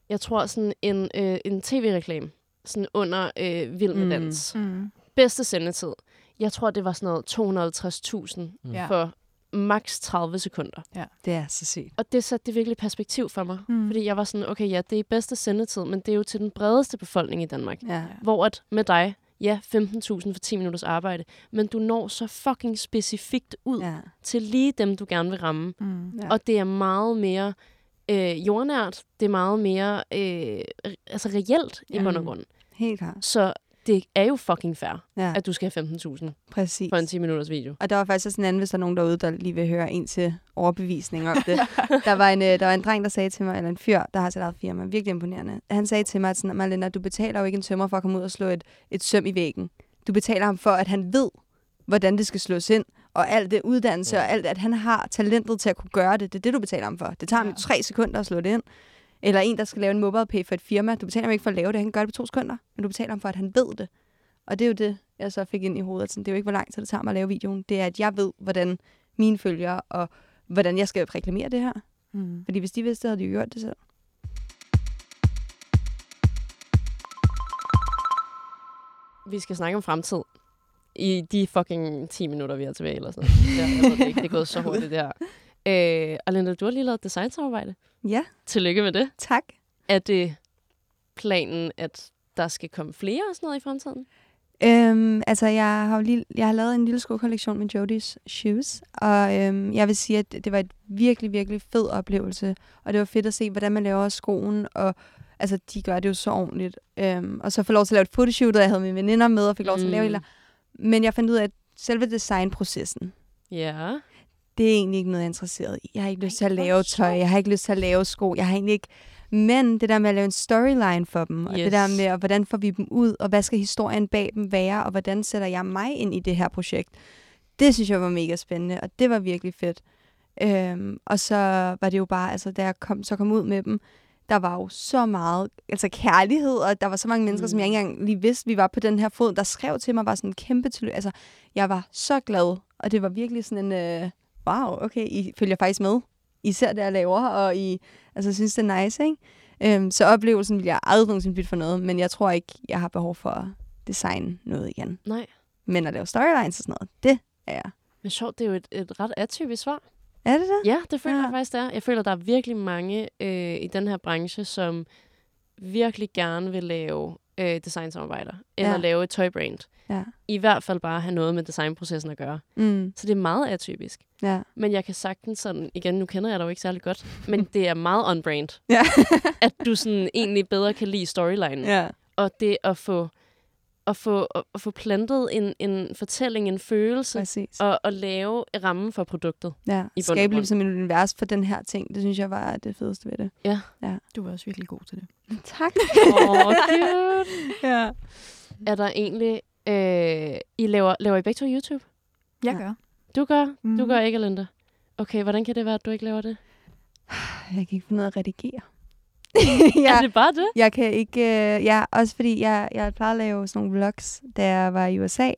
jeg tror sådan en, øh, en tv-reklame, sådan under øh, Vild med Mm. Dans, Mm. bedste sendetid, jeg tror, det var sådan noget 250.000 Mm. Ja. for maks 30 sekunder. Det er så sygt. Og det satte det virkelig i perspektiv for mig, Mm. fordi jeg var sådan, okay, ja, det er bedste sendetid, men det er jo til den bredeste befolkning i Danmark. Ja. Hvor at med dig, ja, 15.000 for 10 minutters arbejde, men du når så fucking specifikt ud ja. ja. til lige dem, du gerne vil ramme. Mm. ja. Og det er meget mere øh, jordnært, det er meget mere øh, re- altså reelt i Ja. bund og grund. Helt klart. Så det er jo fucking fair, Ja, at du skal have 15.000 præcis. for en 10 minutters video. Og der var faktisk også en anden, hvis der er nogen derude, der lige vil høre en til overbevisning om det. der, var en, øh, der var en dreng, der sagde til mig, eller en fyr, der har sit eget firma, virkelig imponerende. Han sagde til mig, at sådan, Marlena, du betaler jo ikke en tømmer for at komme ud og slå et, et søm i væggen. Du betaler ham for, at han ved, hvordan det skal slås ind, og alt det uddannelse, og alt, at han har talentet til at kunne gøre det. Det er det, du betaler ham for. Det tager ham jo tre sekunder at slå det ind. Eller en, der skal lave en mobile pay for et firma. Du betaler ham ikke for at lave det, han gør det på to sekunder. Men du betaler ham for, at han ved det. Og det er jo det, jeg så fik ind i hovedet. at Sådan, det er jo ikke, hvor lang tid det tager mig at lave videoen. Det er, at jeg ved, hvordan mine følgere og hvordan jeg skal reklamere det her. Mm. Fordi hvis de vidste, det, havde de jo gjort det selv. Vi skal snakke om fremtid i de fucking 10 minutter, vi har tilbage. Eller <laughs> sådan noget. Ja, jeg ved det, ikke. det er gået så hurtigt, det her. Øh, og Linda, du har lige lavet et designsamarbejde. Ja, Tillykke med det. tak. Er det planen, at der skal komme flere og sådan noget i fremtiden? Øhm, altså, jeg har, jo lige, jeg har lavet en lille skokollektion med Jodie's Shoes, og øhm, jeg vil sige, at det var et virkelig, virkelig fed oplevelse, og det var fedt at se, hvordan man laver skoen, og altså, de gør det jo så ordentligt. Øhm, og så få lov til at lave et photoshoot, og jeg havde mine veninder med, og fik lov til at lave Mm. det. Men jeg fandt ud af, at selve designprocessen, Ja. det er egentlig ikke noget, jeg er interesseret i. Jeg har ikke lyst til at lave tøj, jeg har ikke lyst til at lave sko, jeg har egentlig ikke... Men det der med at lave en storyline for dem, og Yes. det der med, og hvordan får vi dem ud, og hvad skal historien bag dem være, og hvordan sætter jeg mig ind i det her projekt, det synes jeg var mega spændende, og det var virkelig fedt. Øhm, og så var det jo bare, altså da jeg kom, så kom ud med dem, der var jo så meget altså kærlighed, og der var så mange mennesker, mm. som jeg ikke engang lige vidste, vi var på den her fod, der skrev til mig, var sådan kæmpe tillykke. Altså, jeg var så glad, og det var virkelig sådan en, øh, wow, okay, I følger faktisk med. I ser det, jeg laver, og I altså, synes, det er nice, ikke? Øhm, så oplevelsen vil jeg aldrig nogensinde bytte for noget, men jeg tror ikke, jeg har behov for at designe noget igen. Nej. Men at lave storylines og sådan noget, det er jeg. Men sjovt, det er jo et, et ret atypisk svar. Er det det? Ja, det føler Ja. ja. jeg faktisk, det er. Jeg føler, der er virkelig mange øh, i den her branche, som virkelig gerne vil lave øh, designsamarbejder, eller Ja. ja. lave et tøjbrand. Ja. I hvert fald bare have noget med designprocessen at gøre. Mm, Så det er meget atypisk. ja. Men jeg kan sagtens sådan, igen, nu kender jeg dig jo ikke særlig godt, men det er meget on-brand, <laughs> Ja. Mm. at du sådan egentlig bedre kan lide storylinen. ja. Og det at få at få, at, at få plantet en, en fortælling, en følelse, Præcis. og, og lave rammen for <laughs> produktet. Ja, i bund og skabe grund. ligesom et univers for den her ting. Det synes jeg var det fedeste <laughs> ved det. Ja. ja. Du var også virkelig god til det. <laughs> Tak. Åh, cute. Ja. Er der egentlig... Øh, I laver, laver I begge to YouTube? Jeg Ja. gør. Du gør? Mm. Du Mhm. gør ikke, Linda. Okay, hvordan kan det være, at du ikke laver det? Jeg kan ikke finde ud af at <laughs> redigere. Ja. Er jeg, det bare det? jeg kan ikke... Øh, ja, også fordi jeg, jeg plejede at lave sådan nogle vlogs, da jeg var i USA.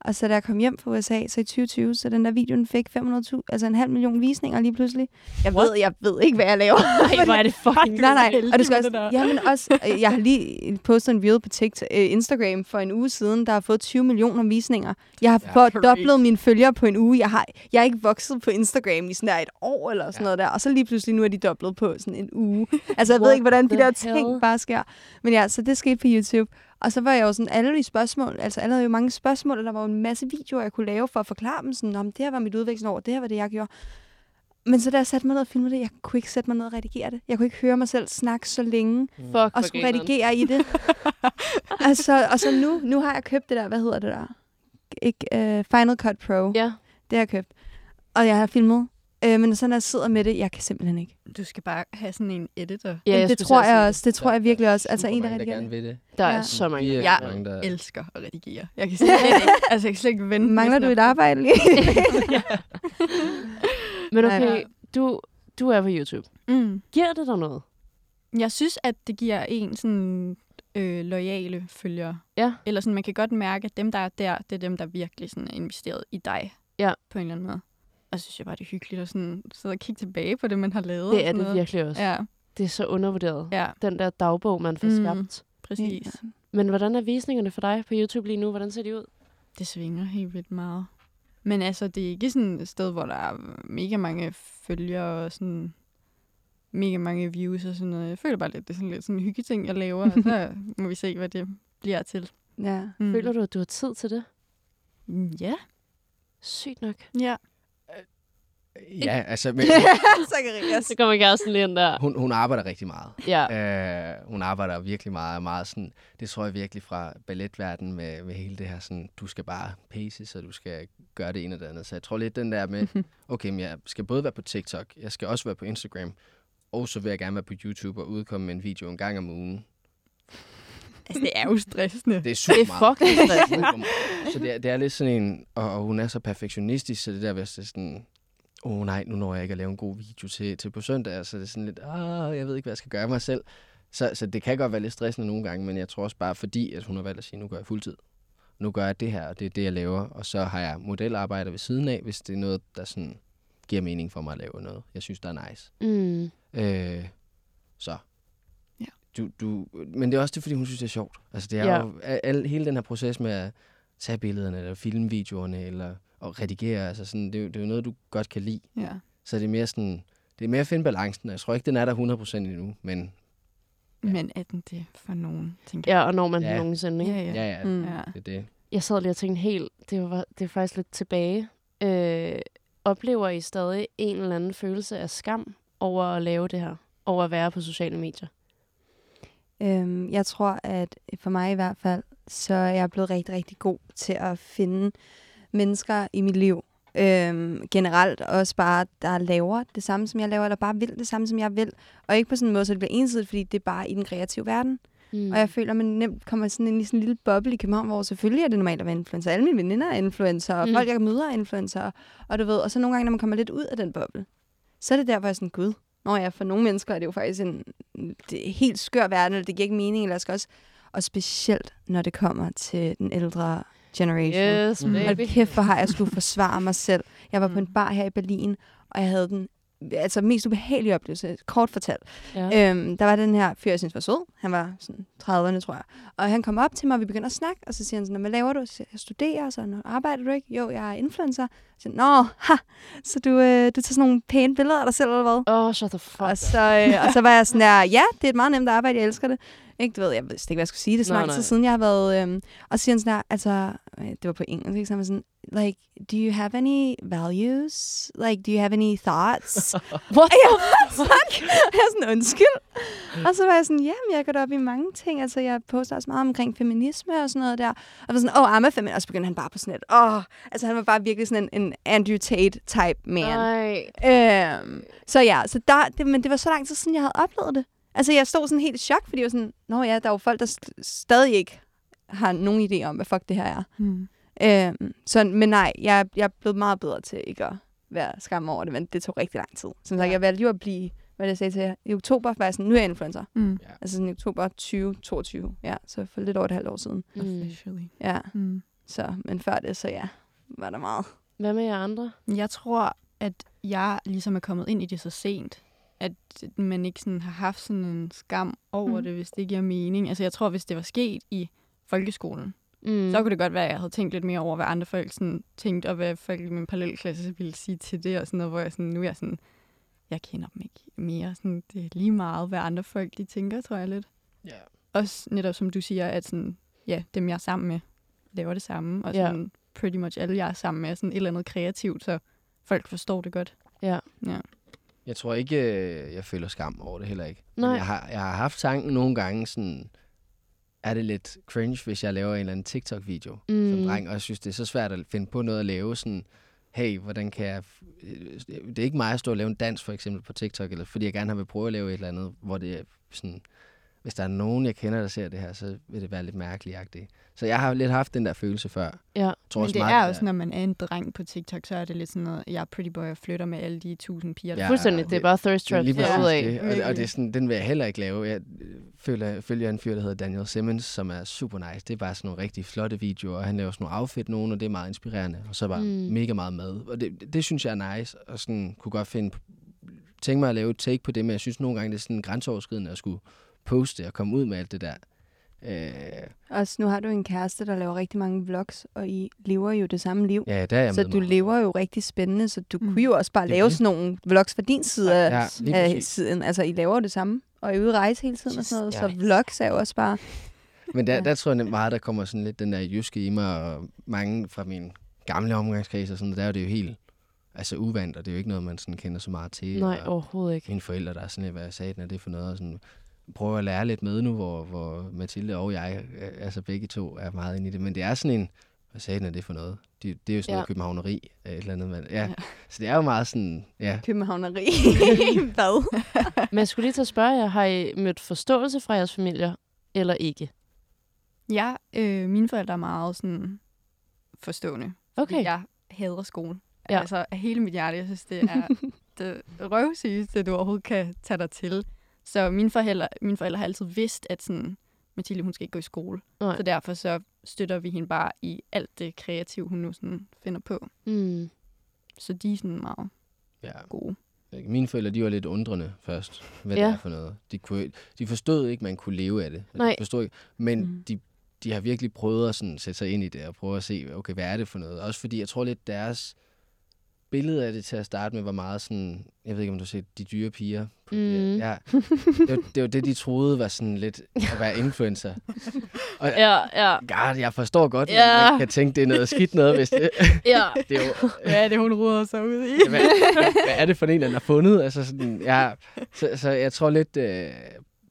Og så da jeg kom hjem fra USA, så i 2020, så den der video, den fik 500.000, altså en halv million visninger lige pludselig. Jeg ved, jeg ved ikke, hvad jeg <laughs> laver. Nej, hvor er det fucking... Nej, nej. heldig Og det skal med også, det der. jamen også, øh, jeg har lige postet en reel på TikTok, øh, Instagram for en uge siden, der har fået 20 millioner visninger. Jeg har fået dobblet mine følgere på en uge. Jeg, har, jeg er ikke vokset på Instagram i sådan der et år eller sådan ja. noget der, og så lige pludselig nu er de dobblet på sådan en <laughs> uge. Altså, jeg ved What ikke, hvordan de the der hell? ting bare sker. Men ja, så det skete på YouTube. Og så var jeg jo sådan, alle de spørgsmål, altså alle havde jo mange spørgsmål, og der var jo en masse videoer, jeg kunne lave for at forklare dem sådan, om det her var mit udvekslingsår, det her var det, jeg gjorde. Men så da jeg satte mig ned og filmede det, jeg kunne ikke sætte mig ned og redigere det. Jeg kunne ikke høre mig selv snakke så længe Fuck, og skulle redigere i <laughs> det. altså, og så nu, nu har jeg købt det der, hvad hedder det der? Ikke, uh, Final Cut Pro. Ja. Ja. Det har jeg købt. Og jeg har filmet. Øh, men så når jeg sidder med det, jeg kan simpelthen ikke. Du skal bare have sådan en editor. ja det tror jeg også. Det tror jeg virkelig også. Altså Super en, der mange, redigerer. gerne vil det. Der er Ja. så mange. Virkelig Ja. mange, der... Jeg elsker at redigere. Jeg kan slet ikke, altså, jeg kan slet ikke vente. med Mangler sådan du <laughs> at- et arbejde lige? Men Nej. okay, du, du er på YouTube. Mm. Giver det dig noget? Jeg synes, at det giver en sådan øh, lojale følgere. Ja. Eller sådan, man kan godt mærke, at dem, der er der, det er dem, der virkelig sådan er investeret i dig. Ja. På en eller anden måde. Og så synes jeg bare, det er hyggeligt at sådan sidde og kigge tilbage på det, man har lavet. og Det er sådan det noget. virkelig også. Ja. Ja, Det er så undervurderet. ja, Den der dagbog, man får Mhm. Mm. skabt. præcis. Ja. Men hvordan er visningerne for dig på YouTube lige nu? Hvordan ser de ud? Det svinger helt vildt meget. Men altså, det er ikke sådan et sted, hvor der er mega mange følgere og sådan mega mange views og sådan noget. Jeg føler bare lidt, det er sådan lidt sådan en hyggeting, jeg laver, og <laughs> så må vi se, hvad det bliver til. ja. Mm. Føler du, at du har tid til det? Ja. Sygt nok. Ja. Ja, <laughs> altså, men, så kan jeg Så kommer kæresten lige ind der. hun, hun arbejder rigtig meget. Ja. Øh, hun arbejder virkelig meget, meget sådan, det tror jeg virkelig fra balletverdenen med, med hele det her sådan, du skal bare paces, og du skal gøre det ene og det andet. Så jeg tror lidt den der <laughs> med, okay, men jeg skal både være på TikTok, jeg skal også være på Instagram, og så vil jeg gerne være på YouTube og udkomme med en video en gang om ugen. Altså, det er jo stressende. Det er Det super er meget. fucking stressende. Super meget. <laughs> så det er, det er lidt sådan en, og, og hun er så perfektionistisk, så det der ved sådan, åh oh, nej, nu når jeg ikke at lave en god video til, til på søndag, så det er sådan lidt, ah, jeg ved ikke, hvad jeg skal gøre mig selv. Så, så det kan godt være lidt stressende nogle gange, men jeg tror også bare fordi, at hun har valgt at sige, nu gør jeg fuldtid. Nu gør jeg det her, og det er det, jeg laver. Og så har jeg modelarbejder ved siden af, hvis det er noget, der sådan giver mening for mig at lave noget. Jeg synes, der er nice. Mm. Øh, så. Ja. Du, du, men det er også det, fordi hun synes, det er sjovt. Altså, det er Ja. ja. jo al, hele den her proces med at tage billederne, eller filme videoerne, eller og redigere. Altså sådan, det, er jo- det er jo noget, du godt kan lide. Ja. Så det er mere sådan... Det er mere at finde balancen, og jeg tror ikke, den er der 100% endnu, men Men er den det for nogen, tænker Ja, og når man ja. Ja. nogensinde. jeg. Ikke? Ja, ja, ja. ja, Mm. ja. det er det. Jeg sad lige og tænkte helt, det var, det er faktisk lidt tilbage. Øh, oplever I stadig en eller anden følelse af skam over at lave det her? Over at være på sociale medier? Øhm, jeg tror, at for mig i hvert fald, så er jeg blevet rigtig, rigtig god til at finde mennesker i mit liv. Øhm, generelt også bare, der laver det samme, som jeg laver, eller bare vil det samme, som jeg vil. Og ikke på sådan en måde, så det bliver ensidigt, fordi det er bare i den kreative verden. Mm. Og jeg føler, at man nemt kommer sådan ind i sådan en lille boble i København, hvor selvfølgelig er det normalt at være influencer. Alle mine veninder er influencer, og Mm. mm. folk, jeg møder, er influencer. Og, og du ved, og så nogle gange, når man kommer lidt ud af den boble, så er det der, hvor jeg er sådan, gud, når jeg for nogle mennesker er det jo faktisk en det er helt skør verden, eller det giver ikke mening, eller jeg skal også... Og specielt, når det kommer til den ældre generation. Yes, Mm. Hold baby. kæft, hvor har jeg <laughs> skulle forsvare mig selv. Jeg Mm. var på en bar her i Berlin, og jeg havde den altså mest ubehagelige oplevelse, kort fortalt. Ja. Ja. Øhm, der var den her fyr, jeg synes var sød. Han var sådan 30'erne, tror jeg. Og han kom op til mig, og vi begyndte at snakke, og så siger han sådan, hvad laver du? Så siger jeg, jeg studerer, så "Nå, arbejder du ikke? Jo, jeg er influencer. Så siger han, nå, ha, så du, øh, du tager sådan nogle pæne billeder af dig selv, eller hvad? Åh, oh, shut the fuck Og up. så, øh, og så var jeg sådan der, ja, det er et meget nemt arbejde, jeg øhm, elsker det. Ikke, du ved, jeg vidste ikke, hvad jeg skulle sige, det er så Nej, lang tid nej. siden, jeg har været... Øh, og så siger han sådan der, altså, øh, det var på engelsk, ikke? Så han var sådan, like, do you have any values? Like, do you have any thoughts? <laughs> What? Og jeg var sådan, og jeg er sådan, undskyld. Og så var jeg sådan, jamen, jeg går da op i mange ting. Altså, jeg poster også meget omkring feminisme og sådan noget der. Og var sådan, oh, I'm a feminist. Og så begyndte han bare på sådan et, åh, oh. altså han var bare virkelig sådan en, en Andrew Tate-type man. Nej. Øhm, så ja, så der, det, men det var så lang tid siden, jeg havde oplevet det. Altså, jeg stod sådan helt i chok, fordi jeg var sådan, nå ja, der er jo folk, der st- stadig ikke har nogen idé om, hvad fuck det her er. Mm. Øhm, så, men nej, jeg, jeg er blevet meget bedre til ikke at være skam over det, men det tog rigtig lang tid. Som sagt, jeg valgte jo at blive, hvad var det, jeg sagde til jer, i oktober var jeg sådan, nu er jeg influencer. Mm. Altså sådan i oktober 2022, ja, så for lidt over et halvt år siden. Mm. Officially. Ja, Mm. så, men før det, så ja, var der meget. Hvad med jer andre? Jeg tror, at jeg ligesom er kommet ind i det så sent, at man ikke sådan har haft sådan en skam over Mm. mm. det, hvis det giver mening. Altså jeg tror, hvis det var sket i folkeskolen, Mm. mm. så kunne det godt være, at jeg havde tænkt lidt mere over, hvad andre folk sådan tænkte, og hvad folk i min parallelklasse ville sige til det, og sådan noget, hvor jeg sådan, nu er jeg sådan, jeg kender dem ikke mere. Sådan, det er lige meget, hvad andre folk de tænker, tror jeg lidt. Ja. Også netop som du siger, at sådan, ja, dem jeg er sammen med, laver det samme, og Ja. sådan, pretty much alle jeg er sammen med er sådan et eller andet kreativt, så folk forstår det godt. Jeg tror ikke, øh, jeg føler skam over det heller ikke. Men Nej. Jeg har, jeg har haft tanken nogle gange sådan, er det lidt cringe, hvis jeg laver en eller anden TikTok-video mm. som Mm. dreng, og jeg synes, det er så svært at finde på noget at lave sådan, hey, hvordan kan jeg... f- øh, Det er ikke mig at stå og lave en dans, for eksempel, på TikTok, eller fordi jeg gerne har vil prøve at lave et eller andet, hvor det er sådan... Hvis der er nogen, jeg kender, der ser det her, så vil det være lidt mærkeligt. Så jeg har lidt haft den der følelse før. Jeg Ja. tror Men det meget, er også, når man er en dreng på TikTok, så er det lidt sådan noget, jeg er pretty boy og flytter med alle de tusind piger. der Ja. Fuldstændig. Det er bare thirst Det er trap lige Ja. præcis ud af. det. Og, og det er Virkelig. sådan, den vil jeg heller ikke lave. Jeg øh, føler, følger en fyr, der hedder Daniel Simmons, som er super nice. Det er bare sådan nogle rigtig flotte videoer, og han laver sådan nogle outfit nogen, og det er meget inspirerende. Og så bare mm. mega meget mad. Og det, det, det, synes jeg er nice, og sådan kunne godt finde... Tænke mig at lave et take på det, men jeg synes nogle gange, det er sådan grænseoverskridende at skulle poste og komme ud med alt det der. Øh, Også nu har du en kæreste, der laver rigtig mange vlogs, og I lever jo det samme liv. ja, der er jeg Så med du meget. lever jo rigtig spændende, så du mm. Mm. kunne jo også bare Det er lave det. sådan nogle vlogs fra din side af, Ja, lige af præcis. siden. Altså, I laver jo det samme, og I er ude at rejse hele tiden og sådan noget, så Ja. vlogs er jo også bare... Men der, Ja. der tror jeg nemt meget, der kommer sådan lidt den der jyske i mig, og mange fra min gamle omgangskreds og sådan, noget, der er det jo helt altså uvandt, og det er jo ikke noget, man sådan kender så meget til. Nej, og overhovedet ikke. mine forældre, der er sådan lidt, hvad satan er det for noget, og sådan, prøver at lære lidt med nu, hvor, hvor Mathilde og jeg, øh, altså begge to, er meget inde i det, men det er sådan en, hvad satan er det for noget? Det, det er jo sådan Ja. noget københavneri, øh, et eller andet, man, ja. ja. Så det er jo meget sådan, ja, <laughs> Københavneri. Hvad? Men jeg skulle lige til at spørge jer, har I mødt forståelse fra jeres familier, eller ikke? Ja, øh, mine forældre er meget sådan forstående. Okay. Jeg hader skole. Ja. Ja. Altså af hele mit hjerte, jeg synes, det er det røvsygeste, du overhovedet kan tage dig til. Så mine forældre, mine forældre har altid vidst, at sådan, Mathilde, hun skal ikke gå i skole. Nej. Så derfor så støtter vi hende bare i alt det kreative, hun nu sådan finder på. Mm. Så de er sådan meget ja. gode. Ikke? Mine forældre, de var lidt undrende først, hvad Ja. det er for noget. De, kunne, de forstod ikke, man kunne leve af det. Og Nej. De forstod ikke, men mm. de, de har virkelig prøvet at sådan sætte sig ind i det og prøve at se, okay, hvad er det for noget? Også fordi, jeg tror lidt, deres billede af det til at starte med var meget sådan, jeg ved ikke, om du har set De Dyre Piger. På, Mm. ja, det, var, det var det, de troede var sådan lidt at <laughs> være influencer. Og ja. Ja, ja, God, jeg forstår godt, at Ja. man kan tænke, det er noget skidt noget, hvis <laughs> det, ja. det er jo Ja, det hun ruder sig ud i. hvad, hvad er det for en, han har fundet? Altså sådan, ja, så, så jeg tror lidt, øh,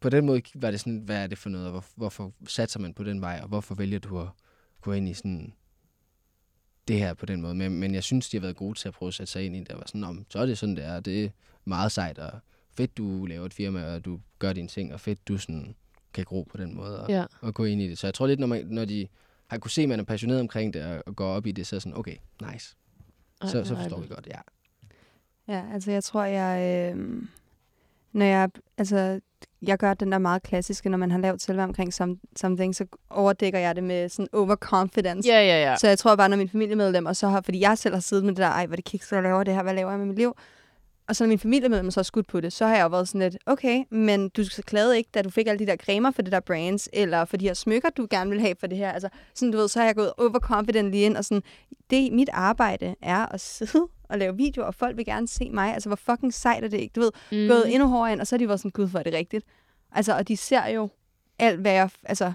på den måde var det sådan, hvad er det for noget, og hvor, hvorfor satser man på den vej, og hvorfor vælger du at gå ind i sådan det her på den måde. Men, men jeg synes, de har været gode til at prøve at sætte sig ind i det, og var sådan, om, så er det sådan, det er, og det er meget sejt, og fedt, du laver et firma, og du gør dine ting, og fedt, du sådan kan gro på den måde, og, Ja. og gå ind i det. Så jeg tror lidt, når, man, når de har kunne se, at man er passioneret omkring det, og, og går op i det, så er sådan, okay, nice. Ej, Så, så hvor forstår vi dejligt. godt, ja. Ja, altså jeg tror, jeg... Øh, når jeg... Altså, jeg gør den der meget klassiske, når man har lavet selve omkring some, something, så overdækker jeg det med sådan overconfidence. Ja, ja, ja. Så jeg tror bare, når mine familiemedlemmer så har, fordi jeg selv har siddet med det der, ej, hvor er det kiks, jeg laver det her, hvad laver jeg med mit liv? Og så når mine familiemedlemmer så har skudt på det, så har jeg jo været sådan lidt, okay, men du klagede ikke, da du fik alle de der cremer for det der brands, eller for de her smykker, du gerne vil have for det her. Altså, sådan du ved, så har jeg gået overconfident lige ind, og sådan, det mit arbejde er at sidde og lave videoer, og folk vil gerne se mig. Altså, hvor fucking sejt er det ikke? Du ved, mm. gået endnu hårdere ind, og så har de været sådan, gud, hvor er det rigtigt. Altså, og de ser jo alt, hvad jeg, altså,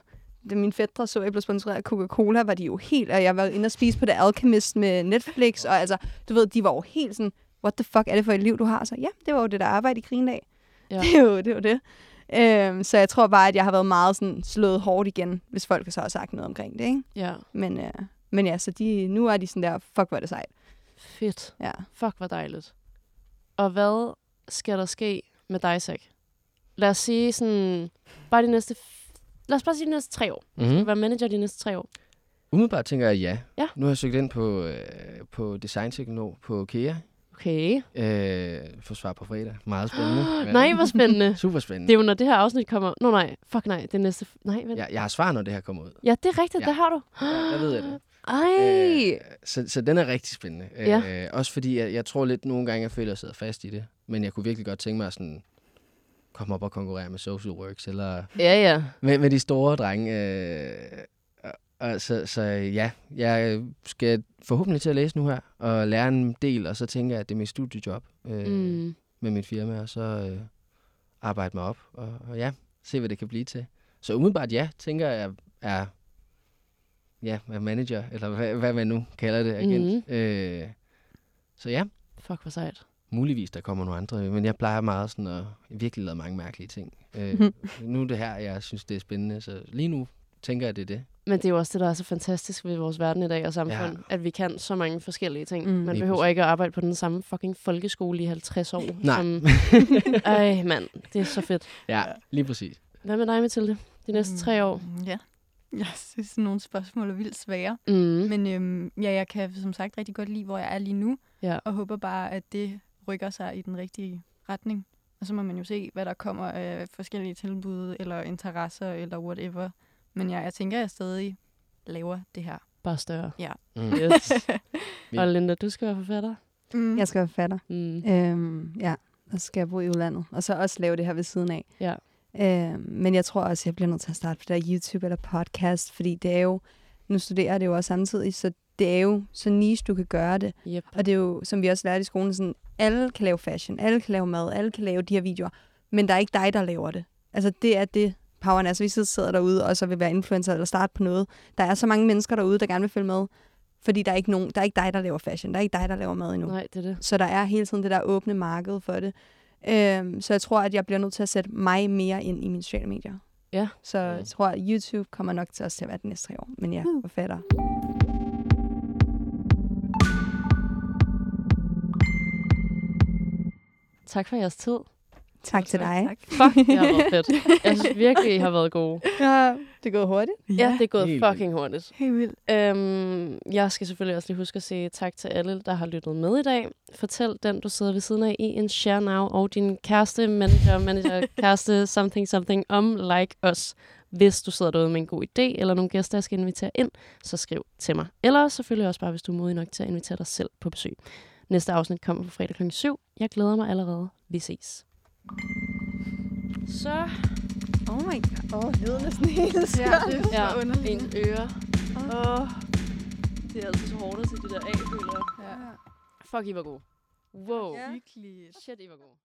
da mine fætter så, at jeg blev sponsoreret af Coca-Cola, var de jo helt, og jeg var inde og spise på The Alchemist med Netflix, og altså, du ved, de var jo helt sådan, what the fuck er det for et liv, du har? Så ja, det var jo det der arbejde i Grindag. Ja. Ja. <laughs> Det er jo det. Var det. Øhm, så jeg tror bare, at jeg har været meget sådan, slået hårdt igen, hvis folk så har sagt noget omkring det, ikke? Ja. Men, øh, men ja, så de, nu er de sådan der, fuck, hvor er det sejt. Fedt. Ja. Fuck, hvor dejligt. Og hvad skal der ske med dig, Zach? Lad os sige sådan, bare de næste, f- lad os bare sige de næste tre år. Du skal Mhm. være manager de næste tre år. Umiddelbart tænker jeg ja. Ja. Nu har jeg søgt ind på, øh, på designteknolog på KEA. Okay. Øh, får svar på fredag. Meget <gasps> spændende. Ja. Nej, hvor <laughs> spændende. Super spændende. Det er jo, når det her afsnit kommer. Nå nej, fuck nej, det er Ah, næste, f- nej, vent. Ja, Jeg, jeg har svar, når det her kommer <gasps> ud. ja det er rigtigt, <gasps> ja. Ja. det har du. Der ved jeg det. Ej. Øh, så, så den er rigtig spændende. Ja. Øh, også fordi jeg, jeg tror lidt nogle gange, jeg føler, at jeg sidder fast i det. Men jeg kunne virkelig godt tænke mig at sådan, komme op og konkurrere med Social Works, eller Ja, ja. med, med de store drenge. Øh, og, og, så, så ja, jeg skal forhåbentlig til at læse nu her, og lære en del, og så tænker jeg, at det er mit studiejob øh, mm. Mm. med mit firma, og så øh, arbejde mig op, og, og ja, se hvad det kan blive til. Så umiddelbart ja, tænker jeg, er ja, er manager, eller hvad, hvad man nu kalder det, agent. Mm. Øh, så ja, Fuck, hvor sejt. muligvis der kommer nogle andre, men jeg plejer meget sådan at jeg virkelig lave mange mærkelige ting. Øh, nu er det her, jeg synes, det er spændende, så lige nu tænker jeg, det er det. Men det er jo også det, der er så fantastisk ved vores verden i dag og samfund, ja. Ja. at vi kan så mange forskellige ting. Mm. Mm. Man Lige behøver præcis. ikke at arbejde på den samme fucking folkeskole i 50 år. Nej. Som... Ej, mand, det er så fedt. <laughs> Ja, lige præcis. Hvad med dig, Mathilde? De næste Mm. tre år? Ja. Jeg synes, sådan nogle spørgsmål er vildt svære. Mm. Men øhm, ja, jeg kan som sagt rigtig godt lide, hvor jeg er lige nu. Ja. Og håber bare, at det rykker sig i den rigtige retning. Og så må man jo se, hvad der kommer af forskellige tilbud, eller interesser, eller whatever. Men ja, jeg tænker, at jeg stadig laver det <laughs> her. Bare større. Mm. <laughs> Yes. og Linda, du skal være forfatter. Mm. Jeg skal være forfatter. Mm. Øhm, ja, og så skal jeg bo i udlandet. Og så også lave det her ved siden af. Ja. Øhm, men jeg tror også, jeg bliver nødt til at starte på det der YouTube eller podcast, fordi det er jo, nu studerer jeg det jo også samtidig, så det er jo så niche, du kan gøre det. Yep. Og det er jo, som vi også lærte i skolen, sådan, alle kan lave fashion, alle kan lave mad, alle kan lave de her videoer, men der er ikke dig, der laver det. Altså, det er det, poweren er. Så vi sidder derude og så vil være influencer eller starte på noget. Der er så mange mennesker derude, der gerne vil følge med, fordi der er ikke, nogen, der er ikke dig, der laver fashion, der er ikke dig, der laver mad endnu. Nej, det er det. Så der er hele tiden det der åbne marked for det. Øhm, så jeg tror, at jeg bliver nødt til at sætte mig mere ind i mine sociale medier. Ja. Så jeg tror, at YouTube kommer nok til os til at være de næste tre år. Men ja, forfatter. Tak for jeres tid. Tak til dig. Tak. <laughs> Fuck, det har <laughs> været fedt. Jeg synes virkelig, I har været gode. Ja, det er gået hurtigt. Ja, det er gået Helt fucking hurtigt. Helt vildt. Øhm, jeg skal selvfølgelig også lige huske at sige tak til alle, der har lyttet med i dag. Fortæl den, du sidder ved siden af i en share now, og din kæreste, manager, <laughs> manager, kæreste, something, something, om like os. Hvis du sidder derude med en god idé, eller nogle gæster, jeg skal invitere ind, så skriv til mig. Eller selvfølgelig også bare, hvis du er modig nok til at invitere dig selv på besøg. Næste afsnit kommer på fredag kl. 7. Jeg glæder mig allerede. Vi ses. Så Oh my god. Åh, oh, lyder næsten helt Ja, <laughs> det er så ja, underligt. en øre. Åh, oh, det er altid så hårdt at sætte det der af, føler jeg. Ja. Fuck, I var gode. Wow. Ja. Hyggeligt. Shit, I var gode.